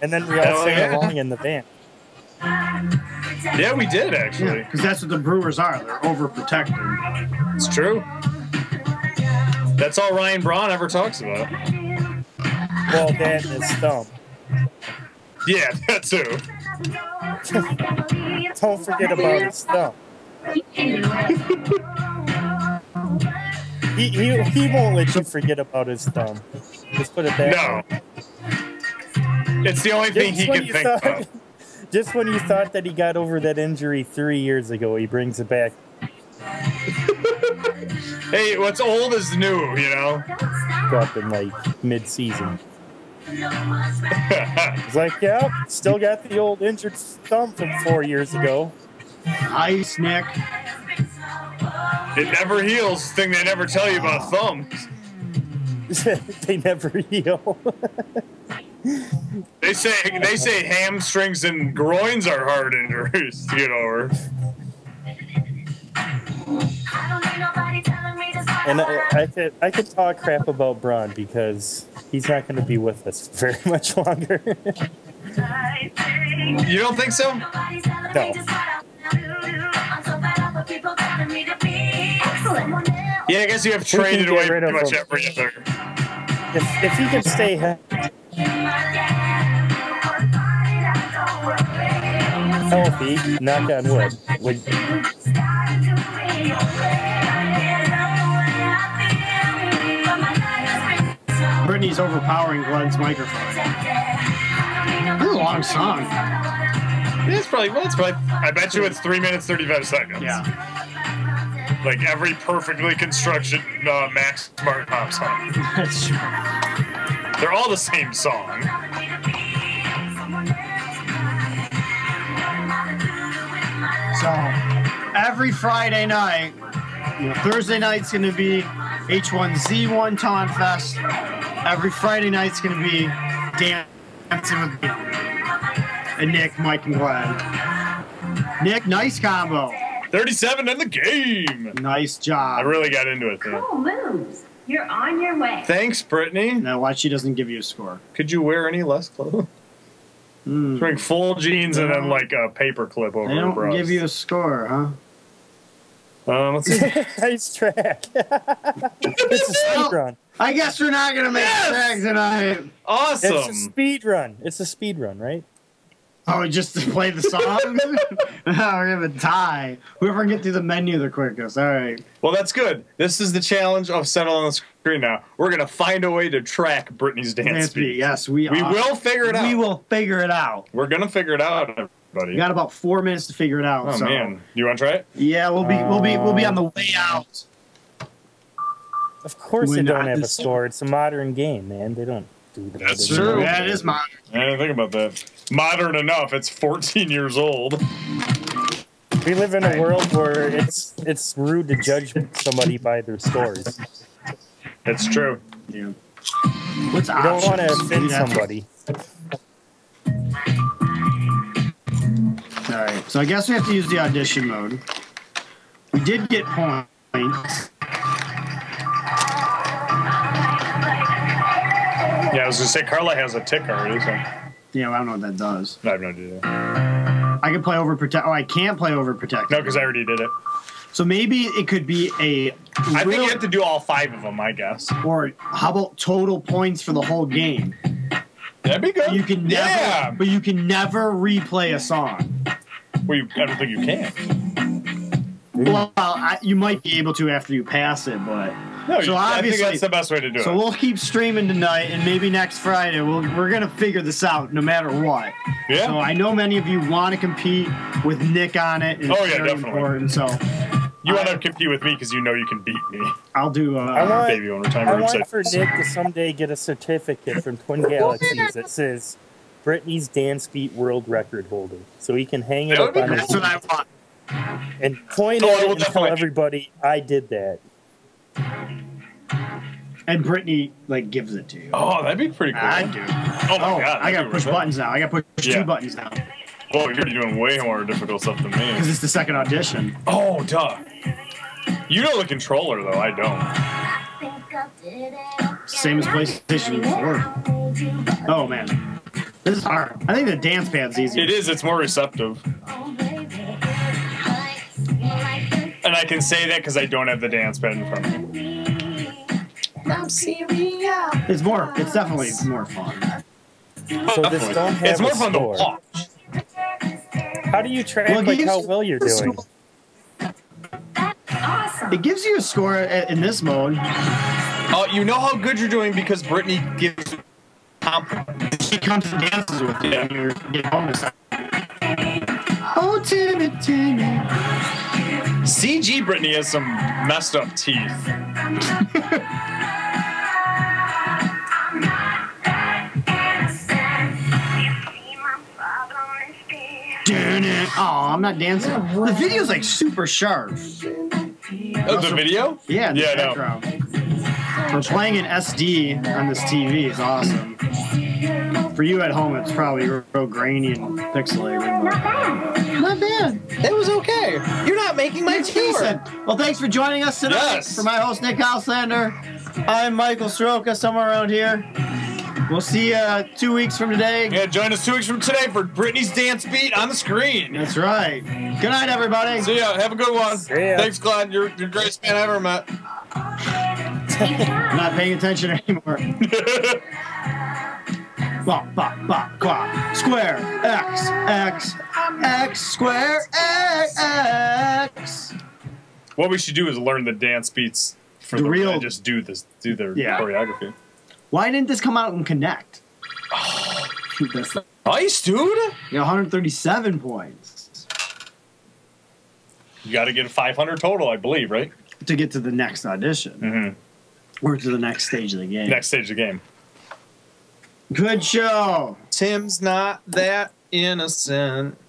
Speaker 5: And then we all
Speaker 4: Hell
Speaker 5: sang
Speaker 4: yeah.
Speaker 5: along in the van.
Speaker 4: Yeah, we did actually.
Speaker 3: Because that's what the Brewers are. They're overprotected.
Speaker 4: It's true. That's all Ryan Braun ever talks about.
Speaker 5: Well, that is dumb.
Speaker 4: Yeah, that too.
Speaker 5: Don't forget about his thumb. He, he, he won't let you forget about his thumb. Let's put it that
Speaker 4: No. It's the only
Speaker 5: way.
Speaker 4: thing he can think
Speaker 5: thought,
Speaker 4: of.
Speaker 5: Just when you thought that he got over that injury three years ago, he brings it back.
Speaker 4: Hey, what's old is new, you know?
Speaker 5: Dropped in like mid-season. He's like, "Yep, still got the old injured thumb from four years ago."
Speaker 8: Ice, Nick.
Speaker 4: It never heals. Thing they never tell you about thumbs.
Speaker 5: they never heal.
Speaker 4: They say they say hamstrings and groins are hard injuries to get over.
Speaker 5: and I, I could I could talk crap about Braun because he's not going to be with us very much longer.
Speaker 4: You don't think so? Yeah, I guess you have traded
Speaker 5: get
Speaker 4: away
Speaker 5: rid
Speaker 4: pretty
Speaker 5: of
Speaker 4: much
Speaker 5: him.
Speaker 4: every other.
Speaker 5: if, if he can stay he- healthy, knock on wood, would
Speaker 8: Brittany's overpowering Glenn's microphone. This is a long song.
Speaker 4: It's probably well, it's probably. I bet you it's three minutes thirty-five seconds.
Speaker 8: Yeah.
Speaker 4: Like every perfectly constructed uh, Max Martin pop song.
Speaker 3: That's true.
Speaker 4: They're all the same song.
Speaker 3: So every Friday night, you know, Thursday night's gonna be H1Z1 Ton Fest. Every Friday night's gonna be Dancing with Me. And Nick, Mike, and Glenn. Nick, nice combo.
Speaker 4: Thirty-seven in the game.
Speaker 3: Nice
Speaker 4: I
Speaker 3: job.
Speaker 4: really got into it. Though.
Speaker 9: Cool moves. You're on your way.
Speaker 4: Thanks, Brittany.
Speaker 3: Now watch, she doesn't give you a score.
Speaker 4: Could you wear any less clothes?
Speaker 3: Hmm.
Speaker 4: Wearing full jeans and then like a paper clip over
Speaker 3: They
Speaker 4: her
Speaker 3: don't
Speaker 4: bra.
Speaker 3: give you a score, huh?
Speaker 4: Um, let's see.
Speaker 5: nice track. it's a speed run.
Speaker 3: I guess we're not gonna make
Speaker 4: Yes!
Speaker 3: tag tonight.
Speaker 5: It's a
Speaker 4: Awesome.
Speaker 5: speed run. It's a speed run, right?
Speaker 3: Oh, just to play the song? we have a tie. Whoever can get through the menu the quickest. All right.
Speaker 4: Well, that's good. This is the challenge of Settle on the Screen now. We're going to find a way to track Britney's dance,
Speaker 3: Dance beat.
Speaker 4: beat.
Speaker 3: Yes, we
Speaker 4: We
Speaker 3: are.
Speaker 4: will figure it out.
Speaker 3: We will figure it out.
Speaker 4: We're going to figure it out, everybody.
Speaker 3: We got about four minutes to figure it out.
Speaker 4: oh,
Speaker 3: so.
Speaker 4: man. You want to try it?
Speaker 3: Yeah, we'll be we'll be we'll be on the way out.
Speaker 5: Of course,
Speaker 3: We're
Speaker 5: they don't
Speaker 3: not
Speaker 5: have a
Speaker 3: the same.
Speaker 5: score. It's a modern game, man. They don't do that.
Speaker 4: That's
Speaker 5: They don't
Speaker 4: true.
Speaker 5: do
Speaker 3: Yeah,
Speaker 5: that.
Speaker 3: it is modern.
Speaker 4: I didn't think about that. Modern enough. It's 14 years old.
Speaker 5: We live in a world where it's it's rude to judge somebody by their scores. You
Speaker 4: It's true.
Speaker 3: What's you
Speaker 4: Ah,
Speaker 5: don't want to offend somebody.
Speaker 3: All right. So I guess we have to use the audition mode. We did get points.
Speaker 4: Yeah, I was going to say, Carla has a tick already, so I
Speaker 3: Yeah, well, I don't know what that does.
Speaker 4: have no idea.
Speaker 3: I can play over protect. Oh, I can't play over protect.
Speaker 4: No, because I already did it.
Speaker 3: So maybe it could be a.
Speaker 4: I think
Speaker 3: real-
Speaker 4: you have to do all five of them, I guess.
Speaker 3: or how about total points for the whole game?
Speaker 4: That'd be good.
Speaker 3: You can never,
Speaker 4: Yeah.
Speaker 3: but you can never replay a song.
Speaker 4: Well, you, I don't think you can.
Speaker 3: Well, I, you might be able to after you pass it, but
Speaker 4: No,
Speaker 3: So
Speaker 4: you, I think
Speaker 3: obviously-
Speaker 4: that's the best way to do
Speaker 3: so
Speaker 4: it.
Speaker 3: we'll keep streaming tonight, and maybe next Friday we'll, we're gonna figure this out no matter what.
Speaker 4: yeah.
Speaker 3: So I know many of you want to compete with Nick on it, and
Speaker 4: Oh,
Speaker 3: it's
Speaker 4: yeah,
Speaker 3: very
Speaker 4: definitely.
Speaker 3: important. So
Speaker 4: You want to compete with me because you know you can beat me,
Speaker 3: I'll do.
Speaker 5: I
Speaker 3: Uh,
Speaker 5: want
Speaker 4: baby owner time.
Speaker 5: I
Speaker 4: room
Speaker 5: want
Speaker 4: set.
Speaker 5: for Nick to someday get a certificate from Twin Galaxies that says Britney's dance beat world record holder, so he can hang it
Speaker 4: That
Speaker 5: up
Speaker 4: would be
Speaker 5: on his
Speaker 3: that's what I want.
Speaker 5: and point
Speaker 4: Oh, I
Speaker 5: at it
Speaker 4: will
Speaker 5: and tell
Speaker 4: definitely-
Speaker 5: everybody I did that.
Speaker 3: And Brittany like gives it to you.
Speaker 4: Oh, that'd be pretty cool.
Speaker 3: I do.
Speaker 4: oh my
Speaker 3: Oh,
Speaker 4: god,
Speaker 3: I gotta
Speaker 4: that'd be
Speaker 3: push
Speaker 4: really-
Speaker 3: buttons now. I gotta push
Speaker 4: Yeah.
Speaker 3: two buttons now
Speaker 4: Whoa, you're doing way more difficult stuff than
Speaker 3: because
Speaker 4: me.
Speaker 3: it's the second audition.
Speaker 4: Oh, duh. You know the controller though. I don't.
Speaker 3: Same as PlayStation 4. Oh man, this is hard. I think the dance pad's easier.
Speaker 4: It is. It's more receptive,
Speaker 9: oh,
Speaker 4: and I can say that because I don't have the dance pad in front of me.
Speaker 3: It's more. It's definitely more fun.
Speaker 5: So this
Speaker 4: Definitely.
Speaker 5: don't have
Speaker 4: it's more
Speaker 5: a
Speaker 4: fun
Speaker 5: score.
Speaker 4: to watch.
Speaker 5: How do you track
Speaker 3: Well,
Speaker 5: like
Speaker 3: he's-
Speaker 5: how well you're doing?
Speaker 3: It gives you a score i- in this mode.
Speaker 4: Oh, you know how good you're doing because Brittany gives.
Speaker 3: She comes and dances with you. and you get bonus. Oh, Timmy, Timmy.
Speaker 4: CG Britney has some messed up teeth.
Speaker 3: Dun it. Oh, I'm not dancing. The video's like super sharp.
Speaker 4: Oh, the video?
Speaker 3: Yeah, the
Speaker 4: Yeah, I know.
Speaker 3: background. We're playing in SD on this TV is awesome. For you at home, it's probably real grainy and pixelated. but- Not bad.
Speaker 4: It was okay. You're not making my
Speaker 3: It's decent. Well, thanks for joining us tonight.
Speaker 4: Yes.
Speaker 3: For my host, Nick Houselander, I'm Michael Soroka, somewhere around here. We'll see you uh, two weeks from today.
Speaker 4: Yeah, join us two weeks from today for Britney's dance beat on the screen.
Speaker 3: That's right. Good night, everybody.
Speaker 4: See ya. Have a good one.
Speaker 5: ya.
Speaker 4: Thanks, Glenn. You're, you're the greatest man I ever met.
Speaker 3: I'm not paying attention anymore. Bop, bop, bop, bop. Square X, X, X, square X.
Speaker 4: what we should do is learn the dance beats for
Speaker 3: The
Speaker 4: the,
Speaker 3: real-
Speaker 4: and just do this, do their
Speaker 3: Yeah.
Speaker 4: choreography.
Speaker 3: Why didn't this come out and connect? Shoot, that's like
Speaker 4: Nice, dude.
Speaker 3: you know, 137 points
Speaker 4: You got to get a 500 total, I believe, right?
Speaker 3: to get to the next audition
Speaker 4: Mm-hmm.
Speaker 3: or to the next stage of the game.
Speaker 4: Next stage of the game.
Speaker 3: Good show.
Speaker 4: Tim's not that innocent.